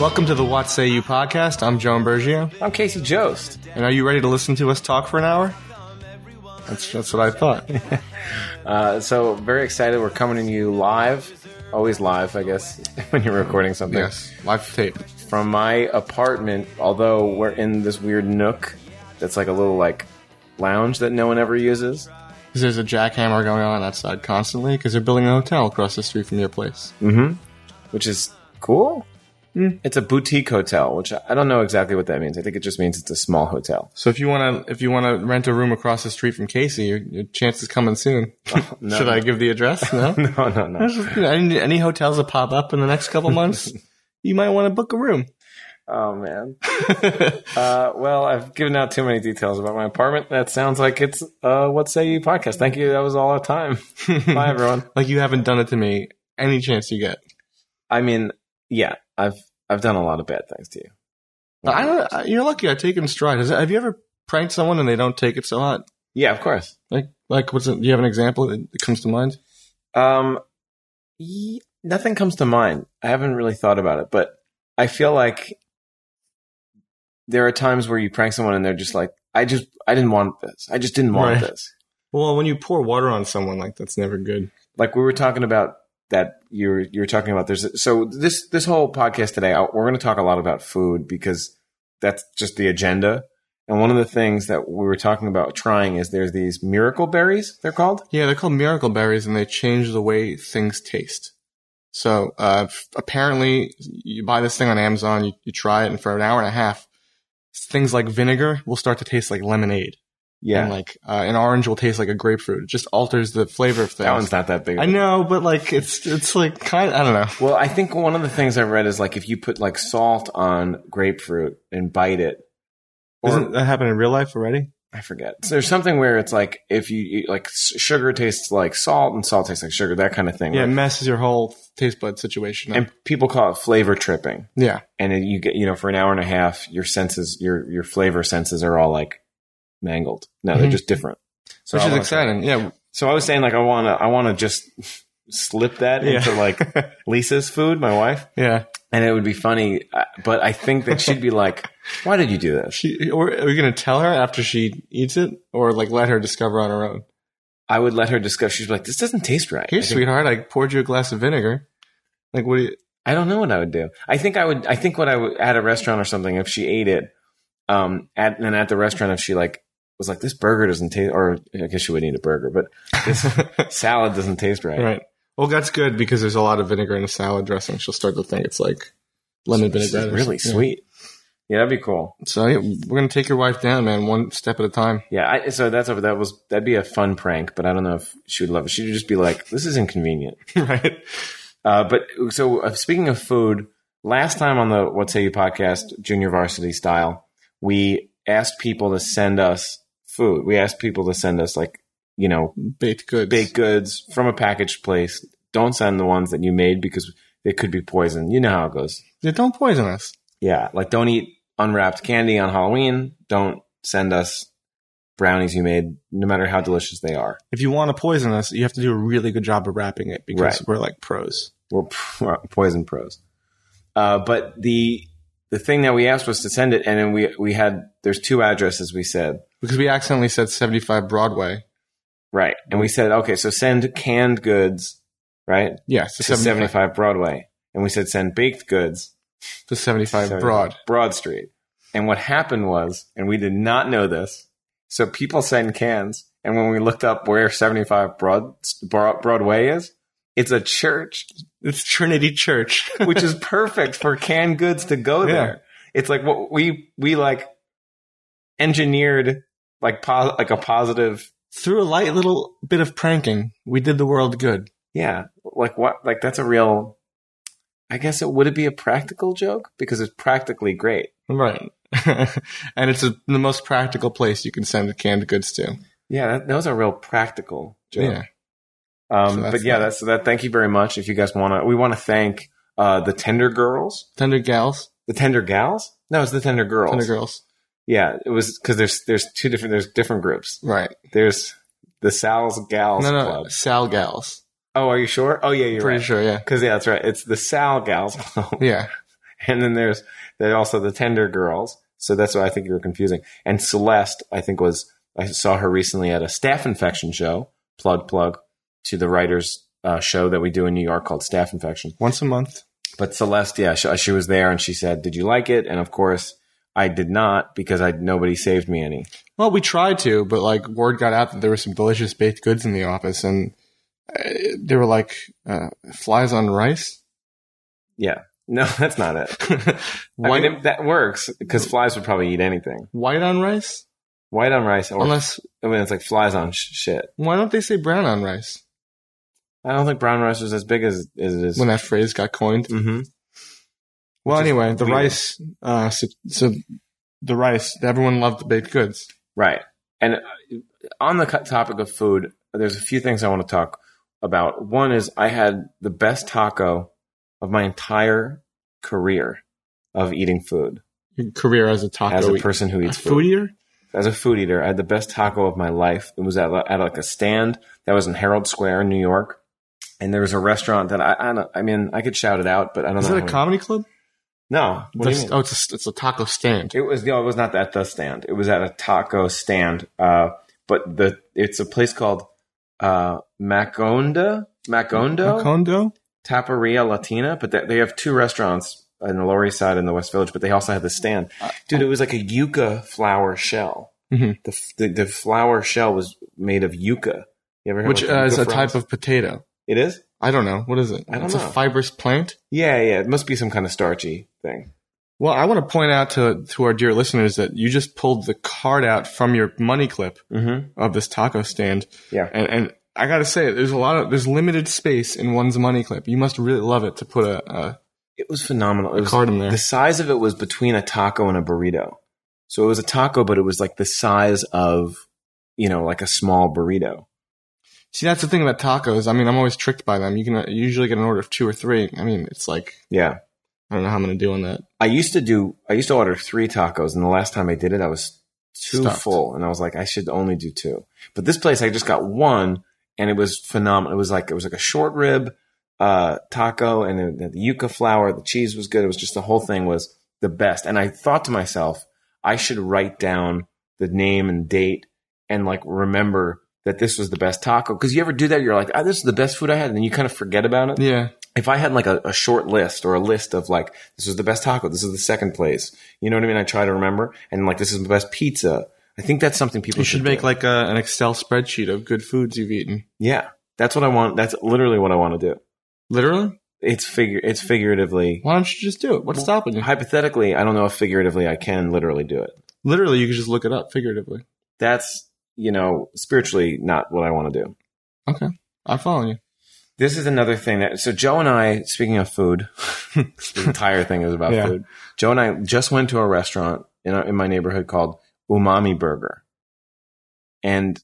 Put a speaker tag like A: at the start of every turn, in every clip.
A: Welcome to the What Say You podcast. I'm Joan Bergio.
B: I'm Casey Jost.
A: And are you ready to listen to us talk for an hour? That's, that's what I thought.
B: Uh, so very excited. We're coming to you live, always live, I guess, when you're recording something.
A: yes, live tape.
B: From my apartment, although we're in this weird nook that's like a little like lounge that no one ever uses.
A: 'Cause there's a jackhammer going on outside constantly because they're building a hotel across the street from your place.
B: which is cool.
A: Hmm.
B: It's a boutique hotel, which I I don't know exactly what that means. I think it just means it's a small hotel.
A: So if you want to if you want to rent a room across the street from Casey, your, your chance is coming soon. Should I give the address? No.
B: No, no, no.
A: You know, any, any hotels that pop up in the next couple months, you might want to book a room.
B: Oh man. uh, well, I've given out too many details about my apartment. That sounds like it's uh, what say you podcast. Thank you. That was all our time. Bye, everyone.
A: Like you haven't done it to me any chance you get.
B: I mean, yeah, I've I've done a lot of bad things to you.
A: But I don't, I- you're lucky. I take it in stride. Has, have you ever pranked someone and they don't take it so hot?
B: Yeah, of course.
A: Like, like what's? it- Do you have an example that comes to mind?
B: Um, y- nothing comes to mind. I haven't really thought about it, but I feel like there are times where you prank someone and they're just like, "I just, I didn't want this. I just didn't want
A: Right.
B: this."
A: Well, when you pour water on someone, like that's never good.
B: Like we were talking about that. You were you were talking about there's so this this whole podcast today. I, we're going to talk a lot about food because that's just the agenda. And one of the things that we were talking about trying is there's these miracle berries. They're called.
A: Yeah, they're called miracle berries, and they change the way things taste. So uh, f- apparently, you buy this thing on Amazon, you, you try it, and for an hour and a half, things like vinegar will start to taste like lemonade,
B: Yeah,
A: and like uh, an orange will taste like a grapefruit. It just alters the flavor of things.
B: that one's not that big. of
A: I
B: a
A: know, but like it's it's like kind. I don't know.
B: Well, I think one of the things I read is like if you put like salt on grapefruit and bite it, or
A: Doesn't that happen in real life already?
B: I forget. So there's something where it's like if you eat, like s- sugar tastes like salt and salt tastes like sugar, that kind of thing.
A: Yeah, it
B: right?
A: messes your whole taste bud situation up.
B: and people call it flavor tripping.
A: yeah,
B: And then you get you know for an hour and a half, your senses, your your flavor senses are all like mangled. No, they're
A: Mhm.
B: just different. So
A: which
B: I
A: is
B: wanna-
A: exciting. Yeah,
B: So I was saying like I wanna I wanna just slip that
A: Yeah.
B: into like Lisa's food, my wife.
A: yeah.
B: and it would be funny. uh, But I think that she'd be like, "Why did you do this?"
A: She, or are we gonna tell her after she eats it, or like let her discover on her own?
B: I would let her discuss. She'd be like, "This doesn't taste right."
A: Here,
B: I, think-
A: sweetheart, I poured you a glass of vinegar. Like, what? Do you,
B: I don't know what I would do. I think I would. I think what I would at a restaurant or something if she ate it, um, at and at the restaurant if she like was like, "This burger doesn't taste," or I guess she would eat a burger, but this salad doesn't taste right.
A: right. Well, that's good because there's a lot of vinegar in a salad dressing. She'll start to think it's like lemon
B: This
A: vinaigrette.
B: is
A: or
B: really
A: something.
B: sweet. Yeah, that'd be cool.
A: Yeah. So yeah, we're gonna take your wife down, man, one step at a time.
B: Yeah, I, so that's that was that'd be a fun prank, but I don't know if she would love it. She'd just be like, "This is inconvenient."
A: right.
B: Uh, but so uh, speaking of food, last time on the What Say You podcast, junior varsity style, we asked people to send us food. We asked people to send us like you know
A: Baked goods.
B: baked goods from a packaged place. Don't send the ones that you made because they could be poison. You know how it goes.
A: Yeah, don't poison us.
B: Yeah, like don't eat unwrapped candy on Halloween. Don't send us brownies you made, no matter how delicious they are.
A: If you want to poison us, you have to do a really good job of wrapping it because
B: Right.
A: we're like pros.
B: We're poison pros. Uh, but the the thing that we asked was to send it, and then we we had there's two addresses we said
A: Because we accidentally said 75 Broadway.
B: right, and we said okay, so send canned goods right
A: Yes,
B: to
A: to
B: seventy
A: 75,
B: five Broadway, and we said send baked goods
A: to 75
B: 75
A: Broad.
B: Broad Street. And what happened was, and we did not know this, so people send cans, and when we looked up where seventy five Broad Broad- Broadway is, it's a church.
A: It's Trinity Church.
B: which is perfect for canned goods to go
A: Yeah.
B: there. It's like what we we like engineered like po- like a positive
A: Through a light little bit of pranking, we did the world good.
B: yeah like what like that's a real I guess it would it be a practical joke because it's practically great.
A: Right. and it's a, the most practical place you can send canned goods to.
B: Yeah, that, that was a real practical joke.
A: Yeah.
B: Um,
A: So that's
B: but yeah,
A: nice.
B: that's that. Thank you very much. If you guys want to, we want to thank uh, the Tender Girls,
A: Tender gals.
B: the Tender Gals. No, it's the Tender Girls.
A: Tender girls.
B: Yeah, it was because there's there's two different there's different groups.
A: Right.
B: There's the Sal's Gals
A: no, no.
B: Club.
A: Sal gals.
B: Oh, are you sure? Oh, yeah, you're
A: Pretty
B: right.
A: sure, yeah.
B: Because yeah, that's right. It's the Sal Gals Club.
A: Yeah.
B: And then there's then also the Tender Girls. So that's why I think you were confusing. And Celeste, I think was I saw her recently at a staff infection show. Plug plug to the writers uh, show that we do in New York called Staff Infection.
A: Once a month.
B: But Celeste, yeah, she, she was there and she said, "Did you like it?" And of course, I did not because I nobody saved me any.
A: Well, we tried to, but like word got out that there were some delicious baked goods in the office, and uh, they were like uh, flies on rice.
B: Yeah, no, that's not it. I
A: White,
B: mean, it- that works because flies would probably eat anything.
A: white on rice?
B: White on rice, or
A: Unless
B: I mean, it's like flies on sh- shit.
A: why don't they say brown on rice
B: I don't think brown rice was as big as, as it is.
A: when that phrase got coined?
B: hmm
A: Well,
B: Which is
A: anyway, the
B: weird.
A: rice. Uh, so, so the rice. Everyone loved the baked goods.
B: Right. And uh, on the co- topic of food, there's a few things I want to talk about. One is I had the best taco of my entire career of eating food
A: Your career as a taco
B: as a
A: eater.
B: person who
A: a
B: eats food.
A: foodier.
B: As a food eater, I had the best taco of my life. It was at, at like a stand that was in Herald Square in New York. And there was a restaurant that I, I don't, I mean, I could shout it out, but I don't
A: Is
B: know.
A: it a
B: how-
A: comedy club?
B: No. What do you
A: That's-
B: mean?
A: Oh, it's a, it's a taco stand.
B: It was no, it was not at the stand. It was at a taco stand. Uh, but the it's a place called uh, Maconda Macondo
A: Condo.
B: Taparia Latina. But they, they have two restaurants in the Lower East Side and the West Village. But they also had the stand.
A: Uh,
B: Dude, it was like a yucca flower shell.
A: Mhm.
B: The, f- the the flower shell was made of yucca. You ever heard
A: which
B: of yucca
A: uh, is a
B: fries?
A: type of potato.
B: It is.
A: I don't know what is it.
B: I don't
A: it's
B: know.
A: a fibrous plant.
B: Yeah, yeah. It must be some kind of starchy thing.
A: Well, I want to point out to to our dear listeners that you just pulled the card out from your money clip
B: Mm-hmm.
A: of this taco stand,
B: Yeah.
A: and and I gotta say, there's a lot of there's limited space in one's money clip. You must really love it to put a, a,
B: It was phenomenal. It
A: a
B: was
A: card in there.
B: The size of it was between a taco and a burrito. So it was a taco, but it was like the size of, you know, like a small burrito.
A: See, that's the thing about tacos. I mean, I'm always tricked by them. You can uh, usually get an order of two or three. I mean, it's like
B: Yeah.
A: I don't know how I'm gonna do on that.
B: I used to do, I used to order three tacos. And the last time I did it, I was too
A: Stuffed.
B: full. And I was like, I should only do two. But this place, I just got one and it was phenomenal. It was like, it was like a short rib, uh, taco and the, the yucca flour. The cheese was good. It was just the whole thing was the best. And I thought to myself, I should write down the name and date and like remember that this was the best taco. Cause you ever do that? You're like, ah, this is the best food I had. And then you kind of forget about it.
A: Yeah,
B: If I had like a, a short list or a list of like, this was the best taco. This is the second place. You know what I mean? I try to remember and like, this is the best pizza. I think that's something people
A: you should make
B: do.
A: like a, an Excel spreadsheet of good foods you've eaten.
B: yeah, that's what I want. That's literally what I want to do.
A: Literally,
B: It's figure, it's figuratively.
A: why don't you just do it? What's stopping you?
B: Hypothetically, I don't know if figuratively I can literally do it.
A: Literally, you could just look it up figuratively.
B: That's, you know, spiritually not what I want to do.
A: I'm following you.
B: This is another thing that so Joe and I, speaking of food, the entire thing is about
A: Yeah.
B: food. Joe and I just went to a restaurant in our, in my neighborhood called Umami Burger, and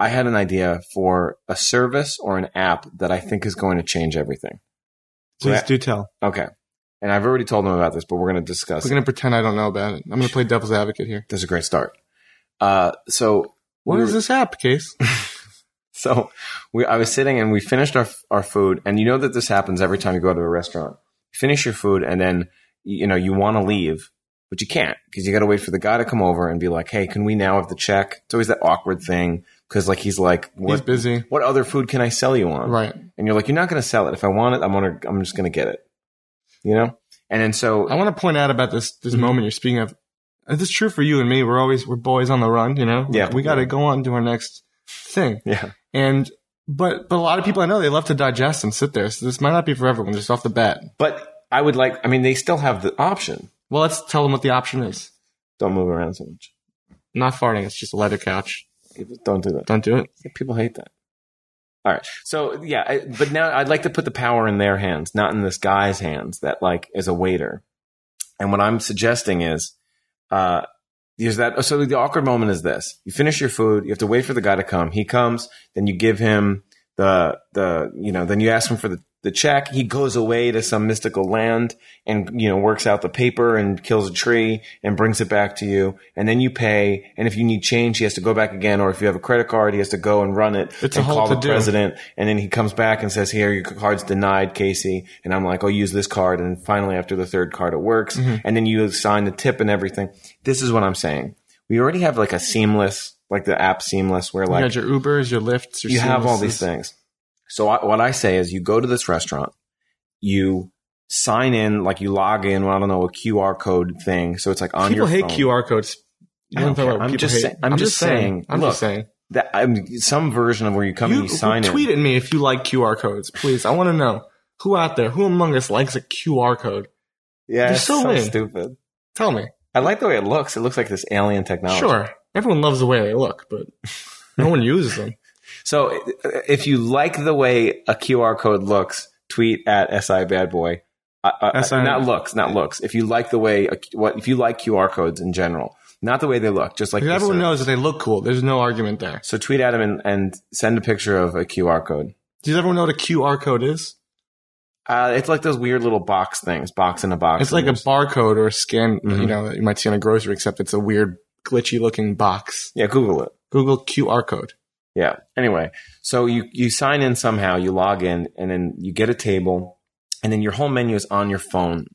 B: I had an idea for a service or an app that I think is going to change everything. So
A: Please
B: I-
A: do tell.
B: Okay, and I've already told them about this, but we're going to discuss.
A: We're gonna pretend I don't know about it. I'm gonna play devil's advocate here.
B: it. That's a great start. Uh, so
A: What
B: we
A: is
B: were-
A: this app, Case?
B: So we, I was sitting and we finished our our food, and you know that this happens every time you go to a restaurant. You finish your food, and then you know you want to leave, but you can't because you got to wait for the guy to come over and be like, "Hey, can we now have the check?" It's always that awkward thing because like he's like,
A: He's
B: "What
A: busy.
B: what other food can I sell you on?"
A: Right.
B: And you're like, "You're not going to sell it. If I want it, I'm gonna I'm just going to get it," you know. And then so
A: I want to point out about this this
B: Mhm.
A: moment you're speaking of. This is true for you and me. We're always we're boys on the run, you know.
B: Yeah.
A: We got to go on to our next thing.
B: yeah,
A: And but but a lot of people I know they love to digest and sit there. So this might not be for everyone just off the bat.
B: but I would like. I mean, they still have the option.
A: Well, let's tell them what the option is.
B: Don't move around so much.
A: Not farting. It's just a leather couch.
B: Don't do that.
A: Don't do it.
B: Yeah, people hate that. All right. So yeah, I, but now I'd like to put the power in their hands, not in this guy's hands that like is a waiter. And what I'm suggesting is, uh, is that so? The awkward moment is this: you finish your food, you have to wait for the guy to come. He comes, then you give him the the you know, then you ask him for the the check. He goes away to some mystical land and, you know, works out the paper and kills a tree and brings it back to you. And then you pay. And if you need change, he has to go back again. Or if you have a credit card, he has to go and run it
A: It's a
B: and
A: whole
B: call the
A: to-do.
B: president. And then he comes back and says, here, your card's denied, Casey. And I'm like, oh, use this card. And finally, after the third card, it works.
A: Mm-hmm.
B: And then you sign the tip and everything. This is what I'm saying. We already have like a seamless, like the app seamless where
A: you
B: like
A: got your Ubers, your Lyfts, your
B: you have all these
A: Seamlesses.
B: things. So I, what I say is, you go to this restaurant, you sign in, like you log in. Well, I don't know a QR code thing. So it's like on
A: People
B: your
A: hate
B: phone.
A: QR codes. You
B: I
A: wanna
B: don't
A: talk
B: care.
A: about
B: I'm
A: people
B: just
A: hate-
B: saying- I'm just saying,
A: I'm just
B: look,
A: saying.
B: That I'm, some version of where you come
A: You
B: and you sign
A: tweet
B: in.
A: at me if you like QR codes, please. I want to know who out there, who among us likes a QR code?
B: Yeah,
A: You're
B: it's
A: so
B: so,
A: lame.
B: stupid.
A: Tell me.
B: I like the way it looks. It looks like this alien technology.
A: Sure, everyone loves the way they look, but no one uses them.
B: So i- if you like the way a QR code looks, tweet at si bad boy. Uh, uh,
A: SI
B: not looks, not looks. If you like the way a, what if you like QR codes in general, not the way they look, just like
A: Because
B: this
A: everyone
B: sort of-
A: knows that they look cool. There's no argument there.
B: So tweet at him and, and send a picture of a QR code.
A: Does everyone know what a QR code is?
B: Uh, it's like those weird little box things, box in a box.
A: It's like a
B: And there's-
A: barcode or a scan, you
B: Mhm.
A: know, that you might see on a grocery, except it's a weird, glitchy looking box.
B: yeah. Google it.
A: Google QR code.
B: Yeah. Anyway, so you you sign in somehow, you log in, and then you get a table, and then your whole menu is on your phone,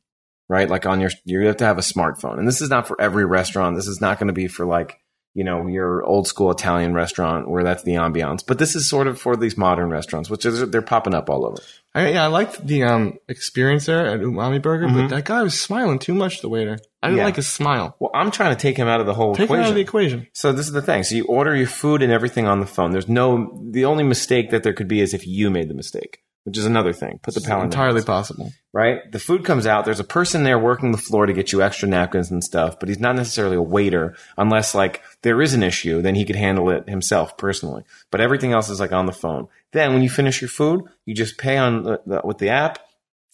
B: right? Like on your you have to have a smartphone, and this is not for every restaurant. This is not going to be for like you know your old school Italian restaurant where that's the ambiance, but this is sort of for these modern restaurants, which is they're popping up all over.
A: I, yeah, I liked the um, experience there at Umami Burger, but
B: Mhm.
A: that guy was smiling too much. The waiter, I didn't
B: Yeah.
A: like his smile.
B: Well, I'm trying to take him out of the whole
A: Take him
B: equation.
A: out of the equation.
B: So this is the thing. So you order your food and everything on the phone. There's no the only mistake that there could be is if you made the mistake, which is another thing. Put the
A: It's
B: palate
A: entirely possible.
B: right. The food comes out. There's a person there working the floor to get you extra napkins and stuff, but he's not necessarily a waiter unless like there is an issue. Then he could handle it himself personally. But everything else is like on the phone. Then when you finish your food, you just pay on the, the, with the app,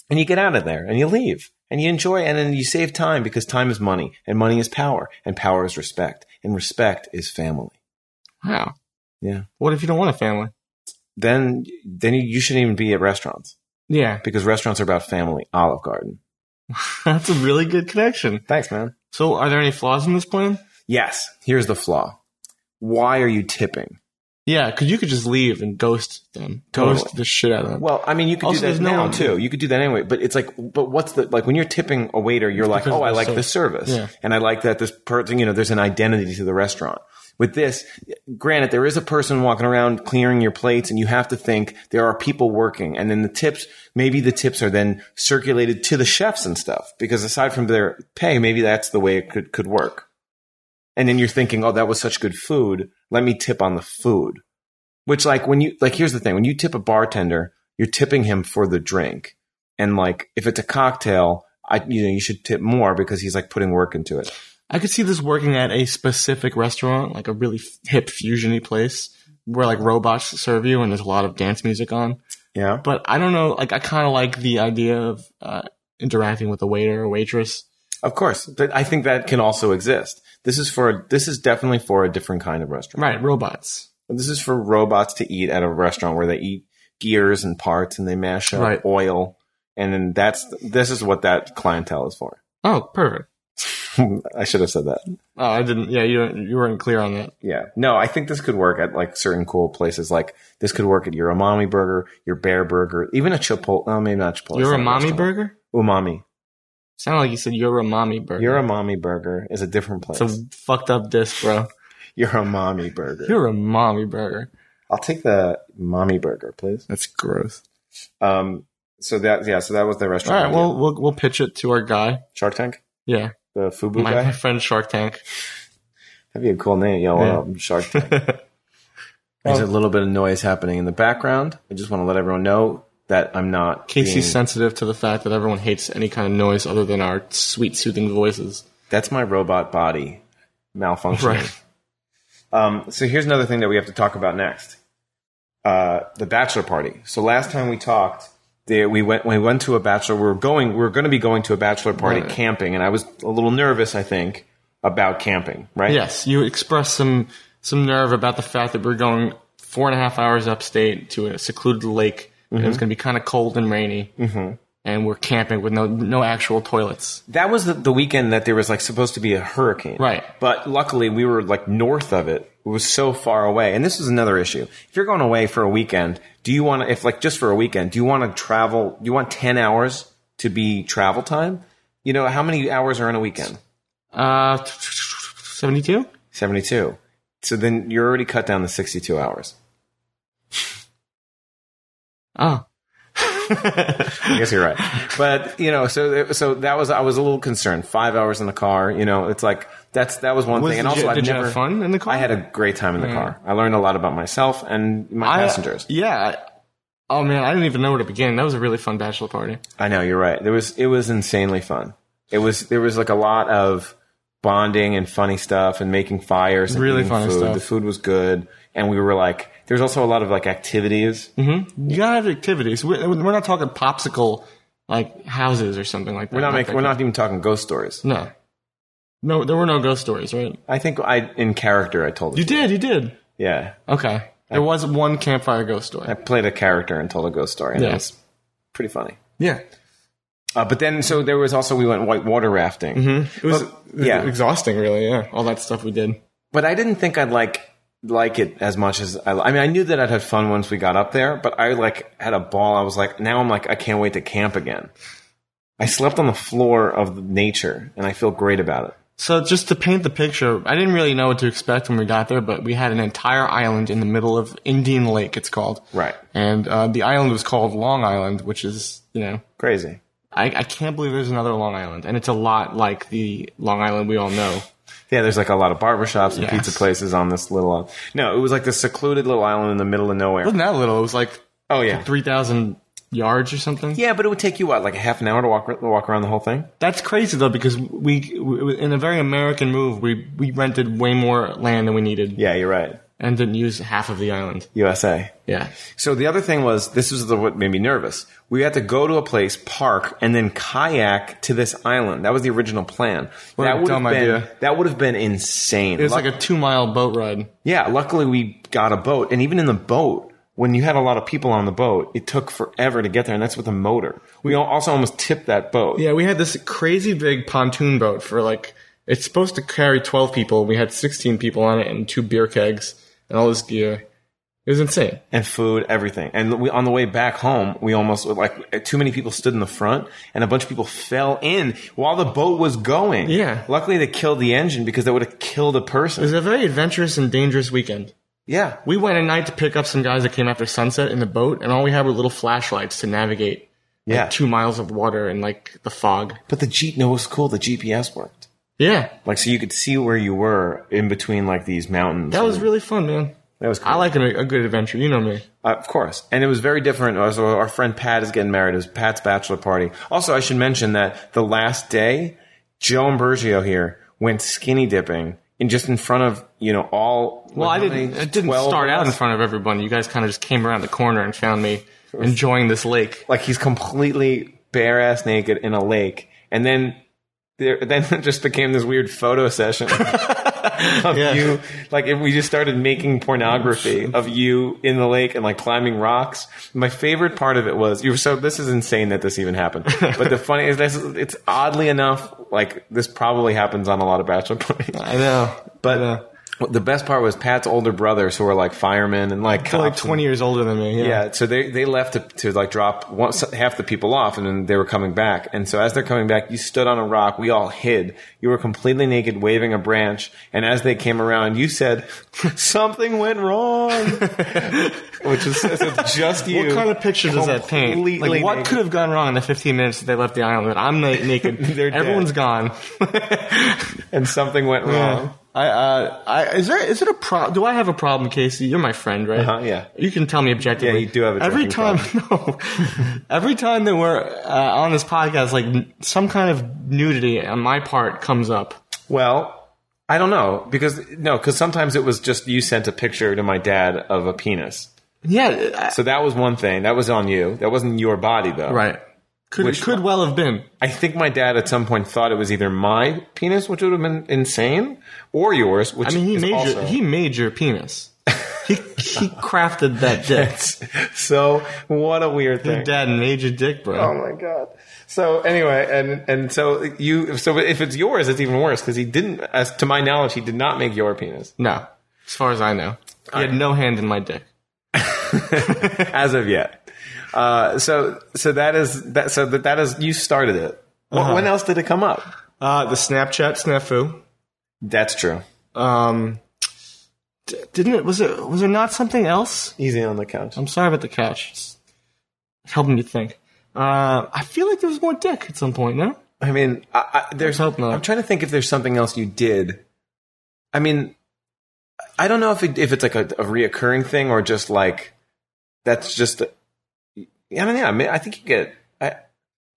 B: and you get out of there and you leave and you enjoy and then you save time because time is money and money is power and power is respect and respect is family.
A: Wow.
B: Yeah.
A: What if you don't want a family?
B: then then you, you shouldn't even be at restaurants
A: Yeah,
B: because restaurants are about family. Olive Garden.
A: that's a really good connection.
B: Thanks, man.
A: So, are there any flaws in this plan?
B: Yes. Here's the flaw. Why are you tipping?
A: Yeah, because you could just leave and ghost them, ghost
B: Totally.
A: the shit out of them.
B: Well, I mean, you could
A: Also,
B: do
A: there's
B: that
A: no
B: now
A: one-
B: too. You could do that anyway. But it's like, but what's the like when you're tipping a waiter? You're like,
A: because
B: oh,
A: of
B: I
A: the
B: like the
A: service.
B: service,
A: Yeah.
B: and I like that this person. You know, there's an identity to the restaurant. With this, granted, there is a person walking around clearing your plates, and you have to think there are people working. And then the tips, maybe the tips are then circulated to the chefs and stuff, because aside from their pay, maybe that's the way it could, could work. And then you're thinking, oh, that was such good food. Let me tip on the food. Which, like, when you, like, here's the thing when you tip a bartender, you're tipping him for the drink. And, like, if it's a cocktail, I, you know, you should tip more because he's like putting work into it.
A: I could see this working at a specific restaurant, like a really f- hip fusiony place where like robots serve you and there's a lot of dance music on.
B: Yeah.
A: But I don't know, like I kind of like the idea of uh, interacting with a waiter or waitress.
B: Of course. But I think that can also exist. This is for, this is definitely for a different kind of restaurant.
A: Right, robots.
B: This is for robots to eat at a restaurant where they eat gears and parts and they mash up
A: Right.
B: oil. And then that's, this is what that clientele is for.
A: Oh, perfect.
B: I should have said that.
A: Oh, I didn't. Yeah, you don't- you weren't clear on that.
B: Yeah. No, I think this could work at like certain cool places. Like this could work at your umami burger, your bear burger, even a Chipotle. No, maybe not Chipotle.
A: You're
B: It's
A: a
B: not
A: mommy
B: restaurant.
A: burger.
B: Umami.
A: Sounded like you said you're a mommy burger.
B: Your umami burger is a different place.
A: It's a fucked up disc, bro.
B: your umami burger.
A: You're a mommy burger.
B: I'll take the mommy burger, please.
A: That's gross.
B: Um. So that yeah. So that was the
A: All
B: restaurant.
A: right,
B: idea.
A: well we'll we'll pitch it to our guy.
B: Shark Tank,
A: Yeah,
B: the Fubu
A: my, my
B: guy.
A: friend Shark Tank.
B: That'd be a cool name. Yo,
A: Yeah.
B: um, Shark Tank. There's a little bit of noise happening in the background. I just want to let everyone know that I'm not
A: Casey's
B: being-
A: sensitive to the fact that everyone hates any kind of noise other than our sweet, soothing voices.
B: That's my robot body malfunctioning.
A: Right.
B: Um, so here's another thing that we have to talk about next: uh, the bachelor party. So last time we talked, there we went. We went to a bachelor. We were going. We were going to be going to a bachelor party
A: Right.
B: camping, and I was a little nervous. I think about camping. Right.
A: Yes, you expressed some some nerve about the fact that we're going four and a half hours upstate to a secluded lake and it's going to be kind of cold and rainy,
B: Mm-hmm.
A: and we're camping with no no actual toilets.
B: That was the, the weekend that there was like supposed to be a hurricane.
A: Right.
B: But luckily we were like north of it. It was so far away. And this is another issue. If you're going away for a weekend, do you want to, if like just for a weekend, do you want to travel? Do you want 10 hours to be travel time? You know, how many hours are in a weekend?
A: Uh, seventy two.
B: 72. So then you're already cut down to 62 hours.
A: Oh,
B: I guess you're right. But you know, so so that was I was a little concerned. Five hours in the car, you know, it's like that's that was one
A: Was-
B: thing. And
A: did
B: also,
A: you-
B: I've
A: did you
B: never
A: have fun in the car?
B: I had a great time in the car. I learned a lot about myself and my
A: Hmm. I-
B: passengers.
A: yeah. Oh man, I didn't even know where to begin. That was a really fun bachelor party.
B: I know you're right. There was it was insanely fun. It was there was like a lot of bonding and funny stuff and making fires. And
A: Really
B: eating
A: funny
B: food.
A: stuff.
B: The food was good, and we were like there was also a lot of like activities.
A: You gotta have activities. We're, we're not talking popsicle like houses or something like that.
B: We're not
A: that
B: making we're
A: kind-
B: not even talking ghost stories.
A: No. No, there were no ghost stories, right?
B: I think I in character I told
A: You
B: it.
A: did, you did.
B: yeah.
A: Okay. There was one campfire ghost story.
B: I played a character and told a ghost story. And
A: Yeah.
B: It was pretty funny.
A: yeah.
B: Uh, but then, so there was also we went white water rafting.
A: It was
B: yeah.
A: exhausting, really. Yeah. All that stuff we did.
B: But I didn't think I'd like like it as much as I. I mean, I knew that I'd had fun once we got up there, but I like had a ball. I was like, now I'm like, I can't wait to camp again. I slept on the floor of nature, and I feel great about it.
A: So just to paint the picture, I didn't really know what to expect when we got there, but we had an entire island in the middle of Indian Lake, it's called.
B: Right.
A: And uh, the island was called Long Island, which is, you know,
B: Crazy.
A: I, I can't believe there's another Long Island. And it's a lot like the Long Island we all know.
B: Yeah, there's like a lot of barbershops and
A: Yes.
B: pizza places on this little. island. No, it was like this secluded little island in the middle of nowhere.
A: wasn't that little. It was like
B: Oh yeah,
A: 3,000 yards or something.
B: yeah, but it would take you what, like a half an hour to walk to walk around the whole thing.
A: That's crazy though, because we, we in a very American move, we we rented way more land than we needed
B: Yeah, you're right.
A: and didn't use half of the island.
B: USA.
A: Yeah,
B: So the other thing was, this was the, what made me nervous. We had to go to a place, park, and then kayak to this island. That was the original plan.
A: What a
B: that would
A: dumb
B: have been,
A: idea.
B: That would have been insane.
A: it was
B: Luck-
A: like a two mile boat ride.
B: yeah, luckily we got a boat, and even in the boat, when you had a lot of people on the boat, it took forever to get there, and that's with a motor. We al- also almost tipped that boat.
A: Yeah, we had this crazy big pontoon boat for like it's supposed to carry twelve people. We had sixteen people on it and two beer kegs and all this gear. It was insane.
B: and food, everything. And we, on the way back home, we almost like too many people stood in the front, and a bunch of people fell in while the boat was going.
A: Yeah.
B: Luckily, they killed the engine because that would have killed a
A: It was
B: person.
A: a very adventurous and dangerous weekend.
B: Yeah.
A: We went at night to pick up some guys that came after sunset in the boat, and all we had were little flashlights to navigate
B: Yeah.
A: two miles of water and like the fog.
B: But the Jeep, no, it was cool. The GPS worked.
A: Yeah,
B: Like, so you could see where you were in between like these mountains.
A: That was really fun, man.
B: that was cool.
A: I like a, a good adventure. You know me.
B: Uh, of course. And it was very different. Also, our friend Pat is getting married. It was Pat's bachelor party. Also, I should mention that the last day, Joe Ambrosio here went skinny dipping in just in front of, you know, all.
A: Well, I
B: how
A: didn't.
B: many?
A: It didn't
B: 12
A: start
B: of
A: out in
B: us?
A: front of everyone. You guys kind of just came around the corner and found me enjoying this lake.
B: Like he's completely bare ass naked in a lake. And then. There, then it just became this weird photo session of you. Like, if we just started making pornography of you in the lake and like climbing rocks. My favorite part of it was you were so, this is insane that this even happened. But the funny is, this, it's oddly enough, like, this probably happens on a lot of bachelor parties.
A: I know,
B: But what the best part was Pat's older brothers who were like firemen and like
A: like
B: cops and-
A: twenty years older than me. Yeah.
B: yeah, so they, they left to, to like drop one, half the people off, and then they were coming back. And so as they're coming back, you stood on a rock. We all hid. You were completely naked, waving a branch. And as they came around, you said something went wrong, which is so it's just you.
A: What kind of picture does that paint?
B: Completely
A: Like, what
B: naked.
A: could have gone wrong in the 15 minutes that they left the island? That I'm na- naked.
B: They're dead.
A: Everyone's gone.
B: and something went wrong.
A: I, uh, I, is there, is it a problem? Do I have a problem, Casey? You're my friend, right?
B: Uh-huh, yeah.
A: You can tell me objectively.
B: Yeah, you do have a
A: Every time,
B: drinking
A: no. Every time that we're uh, on this podcast, like n- some kind of nudity on my part comes up.
B: Well. I don't know because no, because sometimes it was just you sent a picture to my dad of a penis.
A: Yeah. uh,
B: So that was one thing. That was on you. That wasn't your body though.
A: I, right. Could,
B: Which
A: could well have been.
B: I think my dad at some point thought it was either my penis, which would have been insane, or yours, which
A: I mean, he
B: is
A: made
B: also
A: your, he made your penis.
C: He, he crafted that dick.
B: so what a weird
C: Your
B: thing.
C: dad made your dick,
B: Oh
C: bro.
B: my god. So anyway, and and so you so if it's yours, it's even worse because he didn't, as to my knowledge, he did not make your penis
A: No, as far as I know, he had no hand in my dick.
B: as of yet. Uh, so so that is that so that that is you started it. Wh-
A: Uh-huh.
B: When else did it come up?
A: Uh, the Snapchat snafu.
B: That's true.
A: Um, d- didn't it? Was it? Was there not something else?
B: Easy on the couch.
A: I'm sorry about the couch. It's helping me think. Uh, I feel like there was more dick at some point. No,
B: I mean, I, I, there's.
A: Let's hope not.
B: I'm trying to think if there's something else you did. I mean, I don't know if it, if it's like a, a reoccurring thing or just like that's just. I don't know. I mean, I think you get. I,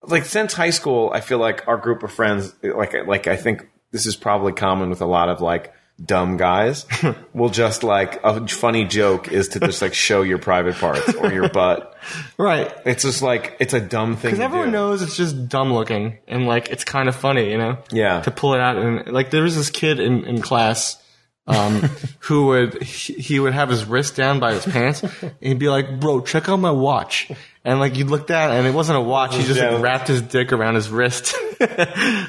B: like since high school, I feel like our group of friends, like like I think this is probably common with a lot of like dumb guys. will just like a funny joke is to just like show your private parts or your butt.
A: right?
B: It's just like it's a dumb thing.
A: Because
B: to
A: everyone
B: do.
A: knows it's just dumb looking and like it's kind of funny, you know.
B: Yeah.
A: to pull it out and like there was this kid in, in class um, who would he, he would have his wrist down by his pants and he'd be like bro check out my watch and like you'd look down and it wasn't a watch he just
B: Yeah.
A: like, wrapped his dick around his wrist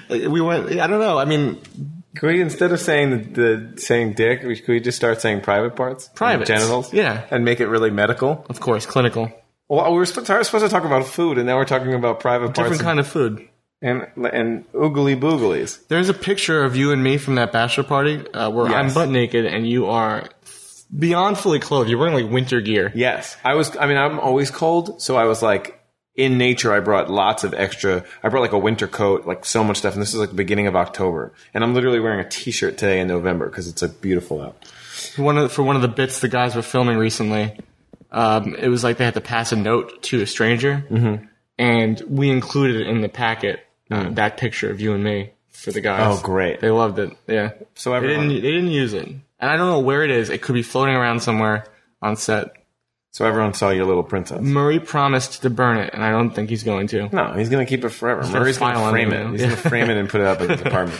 A: we went i don't know i mean
B: Could we instead of saying the, the saying dick, we, could we just start saying private parts,
A: Privates,
B: genitals,
A: yeah.
B: and make it really medical?
A: of course clinical
B: Well, we were supposed to, supposed to talk about food, and now we're talking about private parts
A: different kind of food
B: and and oogly booglies.
A: there's a picture of you and me from that bachelor party uh, where i'm
B: Yes.
A: butt naked and you are beyond fully clothed you're wearing like winter gear
B: Yes, I was. I mean, I'm always cold, so I was like in nature. I brought lots of extra. I brought like a winter coat, like so much stuff, and this is like the beginning of October, and I'm literally wearing a t-shirt today in November because it's like beautiful out.
A: one of for one of the bits the guys were filming recently. Um, it was like they had to pass a note to a stranger, and we included in the packet uh, that picture of you and me for the guys.
B: Oh, great.
A: They loved it. Yeah.
B: So
A: They
B: everyone,
A: didn't. They didn't use it, and I don't know where it is. It could be floating around somewhere on set.
B: so everyone saw your little princess.
A: Murray promised to burn it, and I don't think he's going to.
B: No, he's going to keep it forever. Murray's going
A: file
B: to
A: on
B: frame
A: it,
B: it.
A: you know?
B: He's going to frame it and put it up in his apartment.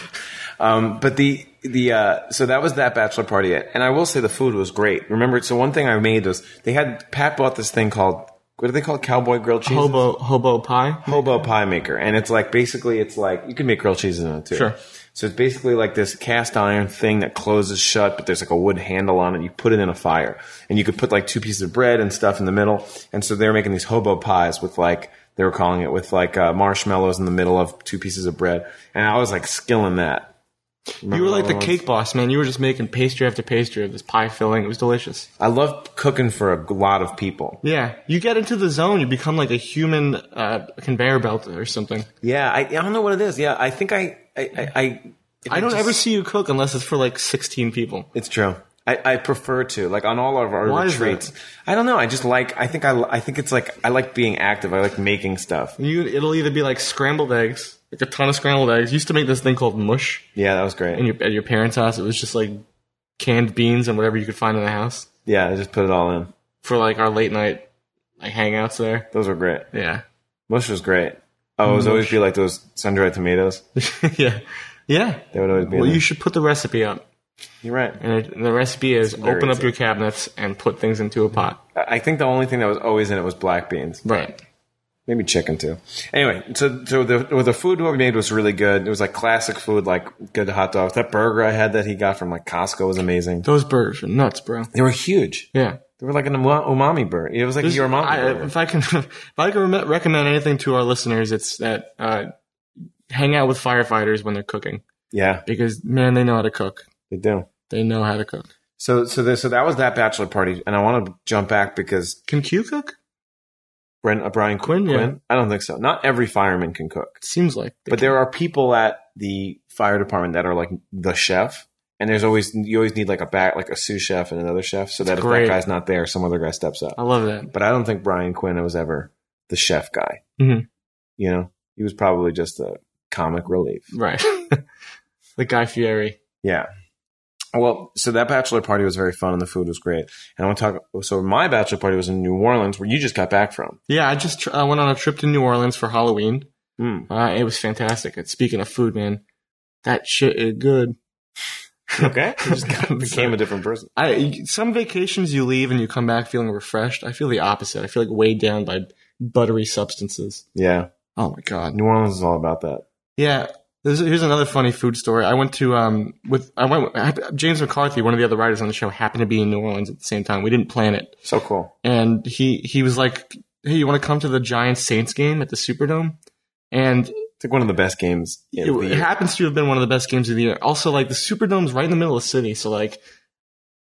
B: Um, but the the uh, so that was that bachelor party, and I will say the food was great. Remember, so one thing I made was they had Pat bought this thing called what do they call it? cowboy grilled cheese
A: Hobo, hobo pie.
B: hobo pie maker, and it's like basically it's like you can make grilled cheese in it too.
A: Sure.
B: So it's basically like this cast iron thing that closes shut, but there's like a wood handle on it. You put it in a fire, and you could put like two pieces of bread and stuff in the middle. And so they were making these hobo pies with like they were calling it with like uh, marshmallows in the middle of two pieces of bread, and I was like skilling that.
A: You were like the cake boss, man. You were just making pastry after pastry of this pie filling. It was delicious.
B: I love cooking for a lot of people.
A: Yeah, you get into the zone. You become like a human uh, conveyor belt or something.
B: Yeah, I, I don't know what it is. Yeah, I think I I I, I,
A: I don't
B: just-
A: ever see you cook unless it's for like 16 people.
B: It's true. I, I prefer to like on all of our
A: Why is
B: retreats. I don't know. I just like. I think I. I think it's like I like being active. I like making stuff.
A: You, it'll either be like scrambled eggs, like a ton of scrambled eggs. You used to make this thing called mush
B: Yeah, that was great.
A: in your, at your parents' house. It was just like canned beans and whatever you could find in the house
B: yeah, I just put it all in.
A: for like our late night like hangouts there.
B: Those were great.
A: Yeah,
B: Mush was great. Oh, it was always be like those sun-dried tomatoes.
A: yeah, yeah.
B: They would always be.
A: Well,
B: in
A: you
B: there.
A: should put the recipe up,
B: You're right.
A: and it, the recipe is
B: very
A: open up
B: easy.
A: your cabinets and put things into a pot.
B: I I think the only thing that was always in it was black beans.
A: Right.
B: maybe chicken too. Anyway, so so the well, the food what we made was really good. It was like classic food, like good hot dogs. That burger I had that he got from like Costco was amazing.
A: Those burgers are nuts, bro.
B: They were huge.
A: Yeah.
B: They were like an uma- umami burger. It was like your umami.
A: I,
B: burger.
A: if I can, if I can re- recommend anything to our listeners, it's that uh, hang out with firefighters when they're cooking
B: Yeah,
A: because man, they know how to cook.
B: they do.
A: They know how to cook.
B: So so the, so that was that bachelor party, and I want to jump back because
A: Can Q cook?
B: Brent, uh, Brian Quinn.
A: Quinn, yeah.
B: I don't think so. Not every fireman can cook,
A: It seems like. They
B: but there are people at the fire department that are like the chef. And there's always you always need like a back like a sous chef and another chef, so that if
A: great.
B: that guy's not there, some other guy steps up.
A: I love that.
B: but I don't think Brian Quinn was ever the chef guy.
A: Mhm.
B: You know, he was probably just a comic relief.
A: Right. the Guy Fieri.
B: Yeah. Well, so that bachelor party was very fun and the food was great. And I want to talk. So my bachelor party was in New Orleans, where you just got back from.
A: Yeah, I just tr- I went on a trip to New Orleans for Halloween.
B: Mm.
A: Uh, it was fantastic. And speaking of food, man, that shit is good.
B: Okay, you just kind of became a different person.
A: I some vacations you leave and you come back feeling refreshed. I feel the opposite. I feel like weighed down by buttery substances.
B: Yeah,
A: Oh my god.
B: New Orleans is all about that.
A: Yeah. There's, here's another funny food story. I went to um with I went with, James McCarthy, one of the other writers on the show, happened to be in New Orleans at the same time. We didn't plan it,
B: So cool.
A: and he he was like, "Hey, you want to come to the Giants Saints game at the Superdome?" And
B: It's like one of the best games.
A: it,
B: of the
A: it
B: year.
A: happens to have been one of the best games of the year. Also, like the Superdome's right in the middle of the city, so like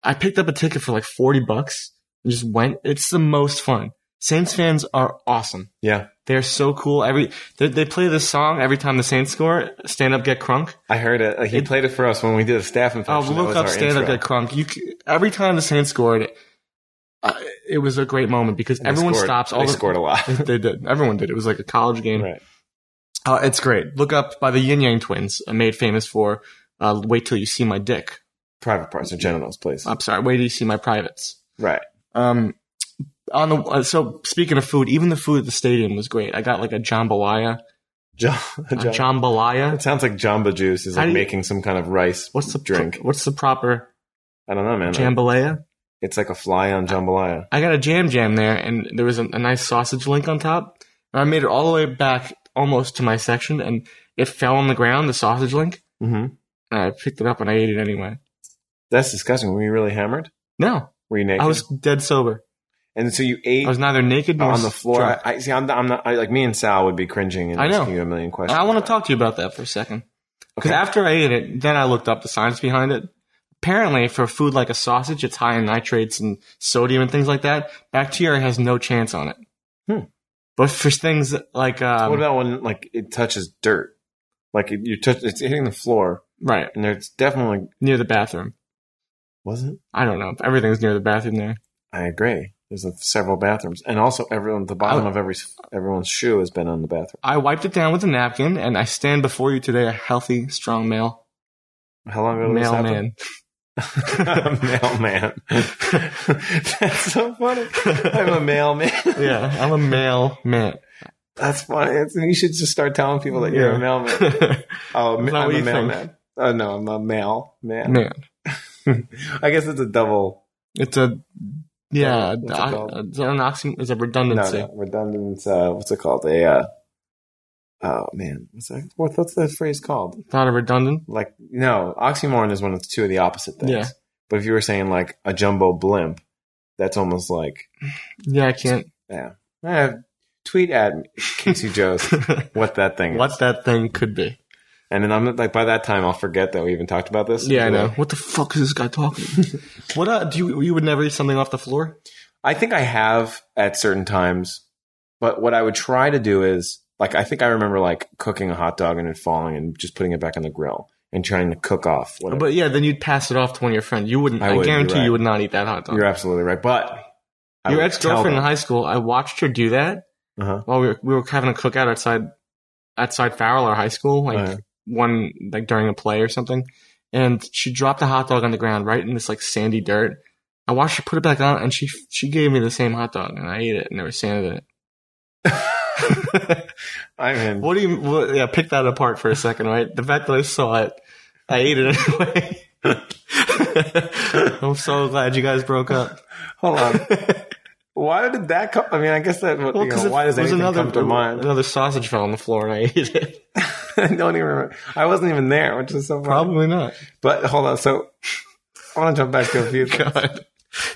A: I picked up a ticket for like forty bucks and just went. It's the most fun. Saints fans are awesome.
B: Yeah,
A: They're so cool. Every they, they play this song every time the Saints score. Stand up, get crunk.
B: I heard it. Like, he played it for us when we did a staff
A: Oh,
B: infection. That
A: look
B: was
A: up
B: our
A: stand up,
B: intro.
A: get crunk. You c- every time the Saints scored, uh, it was a great moment because
B: They
A: everyone
B: scored.
A: stops. All
B: they
A: the,
B: scored a lot.
A: They did. Everyone did. It was like a college game.
B: right.
A: Uh, it's great. Look up by the Yin Yang Twins, uh, made famous for uh, "Wait Till You See My Dick."
B: Private parts or genitals, please.
A: I'm sorry, "Wait Till You See My Privates."
B: right.
A: Um, on the uh, so speaking of food, even the food at the stadium was great. I got like a jambalaya.
B: Jam-
A: A
B: jam-
A: jambalaya.
B: it sounds like Jamba Juice is
A: How
B: like
A: do you-
B: making some kind of rice.
A: What's the pro-
B: drink?
A: what's the proper
B: I don't know, man.
A: jambalaya?
B: It's like a fly on jambalaya.
A: I got a jam jam there, and there was a, a nice sausage link on top. And I made it all the way back almost to my section, and it fell on the ground. The sausage link.
B: Mm-hmm.
A: And I picked it up and I ate it anyway.
B: That's disgusting. Were you really hammered?
A: No,
B: Were you naked?
A: I was dead sober.
B: and so you ate
A: I was neither naked nor
B: on the floor.
A: drunk.
B: I, I see. I'm, not- I'm not. I, like me and Sal would be cringing and
A: I know.
B: asking you a million questions.
A: I want to talk to you about that for a second. Because
B: Okay.
A: after I ate it, then I looked up the science behind it. Apparently, for food like a sausage, it's high in nitrates and sodium and things like that. Bacteria has no chance on it.
B: Hmm.
A: But for things like um,
B: what about when like it touches dirt? Like it, you touch, it's hitting the floor,
A: right
B: and it's definitely
A: near the bathroom,
B: was it?
A: I don't know. Everything's near the bathroom there.
B: I agree. There's a, several bathrooms, and also everyone the bottom
A: I-
B: of every everyone's shoe has been on the bathroom.
A: I wiped it down with a napkin, and I stand before you today, a healthy, strong male
B: How long ago did this happen?
A: mailman.
B: mailman. That's so funny. I'm a mailman.
A: yeah, I'm a male man.
B: That's funny. It's, you should just start telling people that you're
A: Yeah.
B: a mailman. Oh,
A: Is that
B: I'm
A: what
B: a
A: you think?
B: mailman. Oh no, I'm a mailman.
A: man.
B: I guess it's a double.
A: It's a yeah.
B: What's it
A: I-
B: called?
A: it's an oxy- It's a
B: No,
A: redundancy.
B: no, redundant. Uh, what's it called? A. Uh, oh man, what's that? What, what's that phrase called?
A: Not a redundant.
B: Like no, oxymoron is when it's two of the opposite things.
A: Yeah.
B: But if you were saying like a jumbo blimp, that's almost like
A: Yeah, I can't.
B: yeah. Eh, tweet at Casey Joe's what that thing is.
A: what that thing could be.
B: And then I'm like, by that time, I'll forget that we even talked about this.
A: Yeah, I know. What the fuck is this guy talking? about? what uh, do you? You would never eat something off the floor.
B: I think I have at certain times, but what I would try to do is like I think I remember like cooking a hot dog and it falling and just putting it back on the grill and trying to cook off. Whatever.
A: But yeah, then you'd pass it off to one of your friends. You wouldn't.
B: I
A: I,
B: would,
A: guarantee
B: you're right.
A: you would not eat that hot dog.
B: You're absolutely right. But I
A: Your
B: would
A: ex girlfriend in
B: tell them-
A: high school. I watched her do that
B: Uh-huh.
A: while we were, we were having a cookout outside outside Farrell, our high school, like
B: Uh-huh.
A: one like during a play or something. And she dropped a hot dog on the ground right in this like sandy dirt. I watched her put it back on, and she she gave me the same hot dog, and I ate it, and there was sand in it.
B: I mean,
A: What do you? What, yeah, pick that apart for a second, right? The fact that I saw it, I ate it anyway. I'm so glad you guys broke up.
B: hold on. why did that come? I mean, I guess that. you know,
A: it
B: why does
A: was
B: anything
A: another
B: come to mind?
A: another sausage fell on the floor and I ate it.
B: I don't even remember. I wasn't even there, which is so funny.
A: Probably not.
B: But hold on. So I want to jump back to a few. things.
A: God,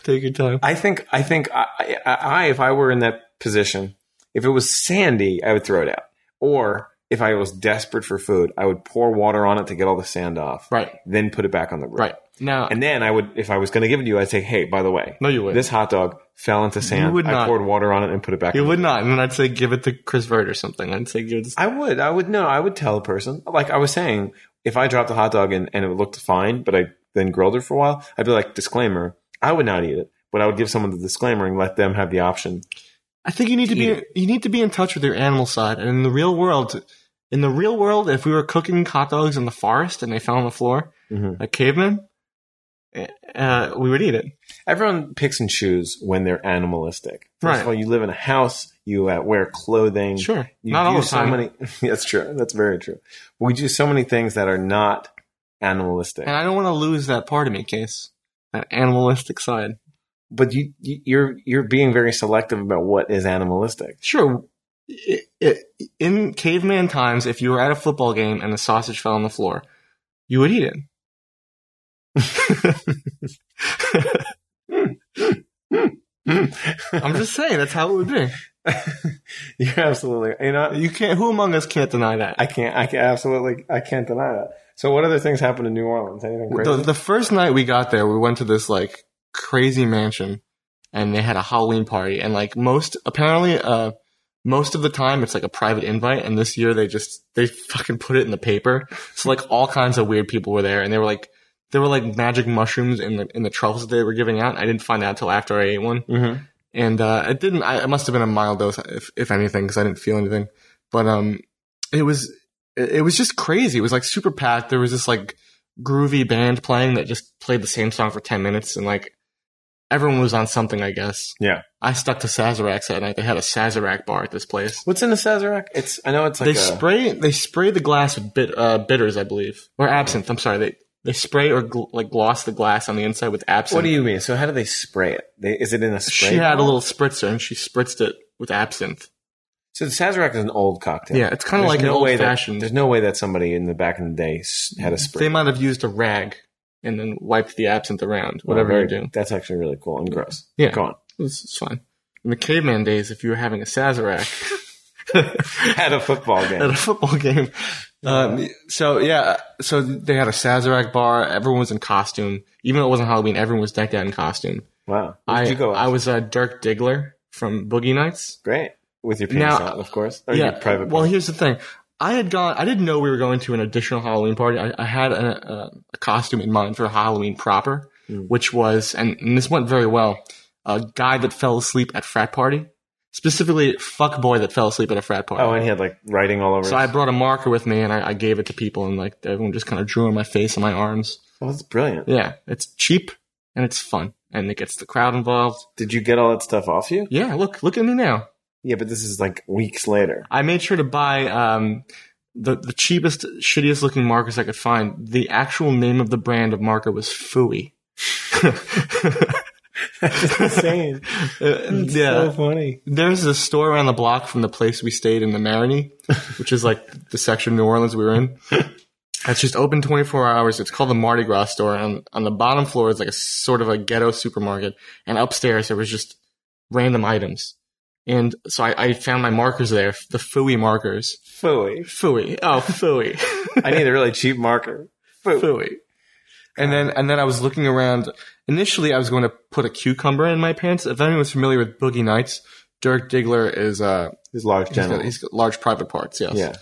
A: take your time.
B: I think I think I, I, I if I were in that position, if it was sandy, I would throw it out. Or if I was desperate for food, I would pour water on it to get all the sand off,
A: Right,
B: then put it back on the grill.
A: right. Now,
B: And then I would, if I was going to give it to you, I'd say, "Hey, by the way,
A: no, you would.
B: this hot dog fell into sand.
A: would
B: I
A: not.
B: poured water on it and put it back."
A: you
B: in the
A: would not. And then I'd say give it to Chris Vert or something. I'd say give it. To,
B: I would. I would know. I would tell a person. Like I was saying, if I dropped a hot dog and, and it looked fine, but I then grilled it for a while, I'd be like, disclaimer, I would not eat it. But I would give someone the disclaimer and let them have the option.
A: I think you need to be
B: Eat
A: you need to be in touch with your animal side. And in the real world, in the real world, if we were cooking hot dogs in the forest and they fell on the floor,
B: Mhm.
A: a caveman, uh, we would eat it.
B: Everyone picks and chooses when they're animalistic. First
A: Right.
B: of all, you live in a house, you uh, wear clothing.
A: Sure,
B: You
A: not all
B: do
A: the time.
B: So many, that's true. That's very true. We do so many things that are not animalistic.
A: And I don't want to lose that part of me, Case. That animalistic side.
B: But you, you- you're you're being very selective about what is animalistic.
A: Sure. i i in caveman times, if you were at a football game and the sausage fell on the floor, you would eat it.
B: Mm.
A: I'm just saying that's how it would be.
B: you're absolutely. You know,
A: You can't. Who among us can't deny that?
B: I can't. I can absolutely. I can't deny that. So, what other things happened in New Orleans? Anything crazy?
A: the, the first night we got there, we went to this like crazy mansion, and they had a Halloween party. And like most, apparently, uh, most of the time it's like a private invite. And this year they just they fucking put it in the paper. So like all kinds of weird people were there, and they were like there were like magic mushrooms in the in the truffles that they were giving out. I didn't find out till after I ate one,
B: Mhm.
A: and uh, it didn't. I, it must have been a mild dose, if if anything, because I didn't feel anything. But um, it was it it was just crazy. It was like super packed. There was this like groovy band playing that just played the same song for 10 minutes and like everyone was on something, I guess.
B: Yeah.
A: I stuck to Sazeracs that night. They had a Sazerac bar at this place.
B: What's in the Sazerac? It's. I know it's like.
A: they
B: a,
A: spray they spray the glass with bit, uh, bitters, I believe, or absinthe. I'm sorry. They they spray or gl- like gloss the glass on the inside with absinthe.
B: what do you mean? So, how do they spray it? They, is it in a spray?
A: She had a
B: bottle?
A: little spritzer and she spritzed it with absinthe.
B: So the Sazerac is an old cocktail.
A: Yeah, it's kind of
B: There's
A: like an old
B: way that-
A: fashioned.
B: there's no way that somebody in the back in the day s- had a spray.
A: They might have used a rag and then wiped the absinthe around.
B: Well,
A: Whatever
B: very-
A: you do,
B: That's actually really cool and gross.
A: Yeah.
B: Go on.
A: it's, it's fine. In the caveman days, if you were having a Sazerac
B: At a football
A: at
B: game.
A: a football game. Um, so yeah, so they had a Sazerac bar. Everyone was in costume, even though it wasn't Halloween. Everyone was decked out in costume.
B: Wow. Who
A: I
B: did you go with?
A: I was uh, Dirk Diggler from Boogie Nights.
B: great. With your penis
A: Now-
B: out, of course. Or your private
A: Well,
B: part.
A: here's the thing. I had gone. I didn't know we were going to an additional Halloween party. I, I had a, a, a costume in mind for Halloween proper,
B: Mm.
A: which was, and, and this went very well. A guy that fell asleep at frat party, specifically fuck boy that fell asleep at a frat party.
B: Oh, and he had like writing all over
A: So I
B: his
A: brought a marker with me and I, I gave it to people and like everyone just kind of drew on my face and my arms.
B: Well, Oh, that's brilliant.
A: Yeah, it's cheap and it's fun and it gets the crowd involved.
B: Did you get all that stuff off you?
A: Yeah, look, look at me now.
B: Yeah, but this is like weeks later.
A: I made sure to buy um, the the cheapest, shittiest looking markers I could find. The actual name of the brand of marker was Fooey.
B: That's insane. It's
A: yeah,
B: so funny.
A: there's a store around the block from the place we stayed in the Marini, which is like the section of New Orleans we were in. It's just open 24 hours. It's called the Mardi Gras store. And on the bottom floor is like a sort of a ghetto supermarket. And upstairs there was just random items. And so I, I found my markers there, the Fooey markers.
B: Phooey.
A: Fooey. Oh, Fooey.
B: I need a really cheap marker. Phooey.
A: Fooey. And then, and then I was looking around. Initially, I was going to put a cucumber in my pants. If anyone's familiar with Boogie Nights, Dirk Diggler is, uh,
B: His large
A: he's got,
B: general.
A: he's got large private parts, yes.
B: yeah.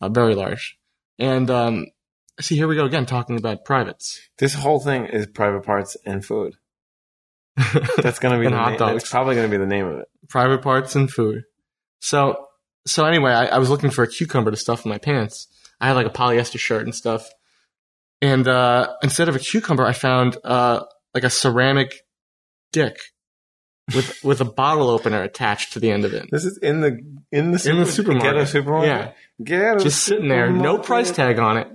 A: Uh, very large. And, um, see, here we go again, talking about privates.
B: This whole thing is private parts and food. That's gonna be
A: And
B: the
A: hot
B: name.
A: dogs.
B: That's probably gonna be the name of it.
A: private parts and food. So, so anyway, I, I was looking for a cucumber to stuff in my pants. I had like a polyester shirt and stuff. And, uh, instead of a cucumber, I found, uh, like a ceramic dick with, with a bottle opener attached to the end of it.
B: This is in the in the
A: In the
B: Ghetto
A: supermarket. Yeah.
B: supermarket. Ghetto
A: Just sitting there, no
B: supermarket.
A: price tag on it.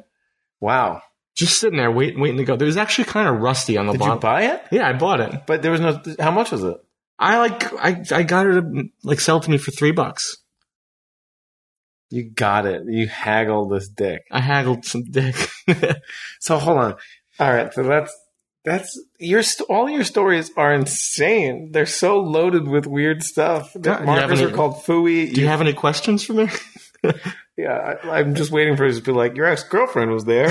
B: Wow.
A: Just sitting there waiting, waiting to go. It was actually kind of rusty on the
B: Did you
A: bottom.
B: buy it?
A: yeah, I bought it.
B: But there was no. How much was it?
A: I like, I, I got her to like sell it to me for three bucks.
B: You got it. You haggled this dick.
A: I haggled some dick.
B: So hold on. All right. So that's that's your st- all your stories are insane. They're so loaded with weird stuff. The
A: Do you have
B: markers
A: any-
B: are called fooey.
A: Do you have any questions for me?
B: yeah, I, I'm just waiting for it to be like your ex girlfriend was there.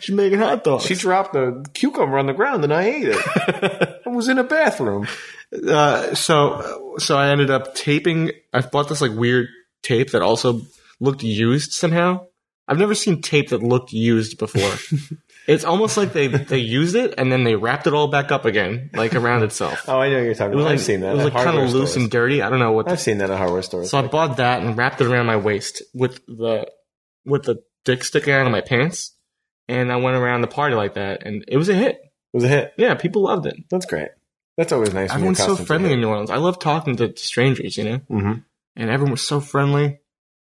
A: She's making hot dogs.
B: She dropped a cucumber on the ground and I ate it. I was in a bathroom.
A: uh, so so I ended up taping. I bought this like weird tape that also looked used somehow. I've never seen tape that looked used before. it's almost like they they used it and then they wrapped it all back up again, like around itself.
B: Oh, I know what you're talking
A: It was
B: about.
A: like,
B: I've seen that.
A: It was
B: at
A: like kind
B: hardware
A: of loose
B: stores.
A: and dirty. I don't know what. The,
B: I've seen that at hardware stores.
A: so I bought that and wrapped it around my waist with the with the dick sticking out of my pants, and I went around the party like that, and it was a hit.
B: it was a hit.
A: Yeah, people loved it.
B: That's great. That's always nice.
A: Everyone's so friendly in New Orleans. I love talking to strangers, you know,
B: Mm-hmm.
A: and everyone was so friendly.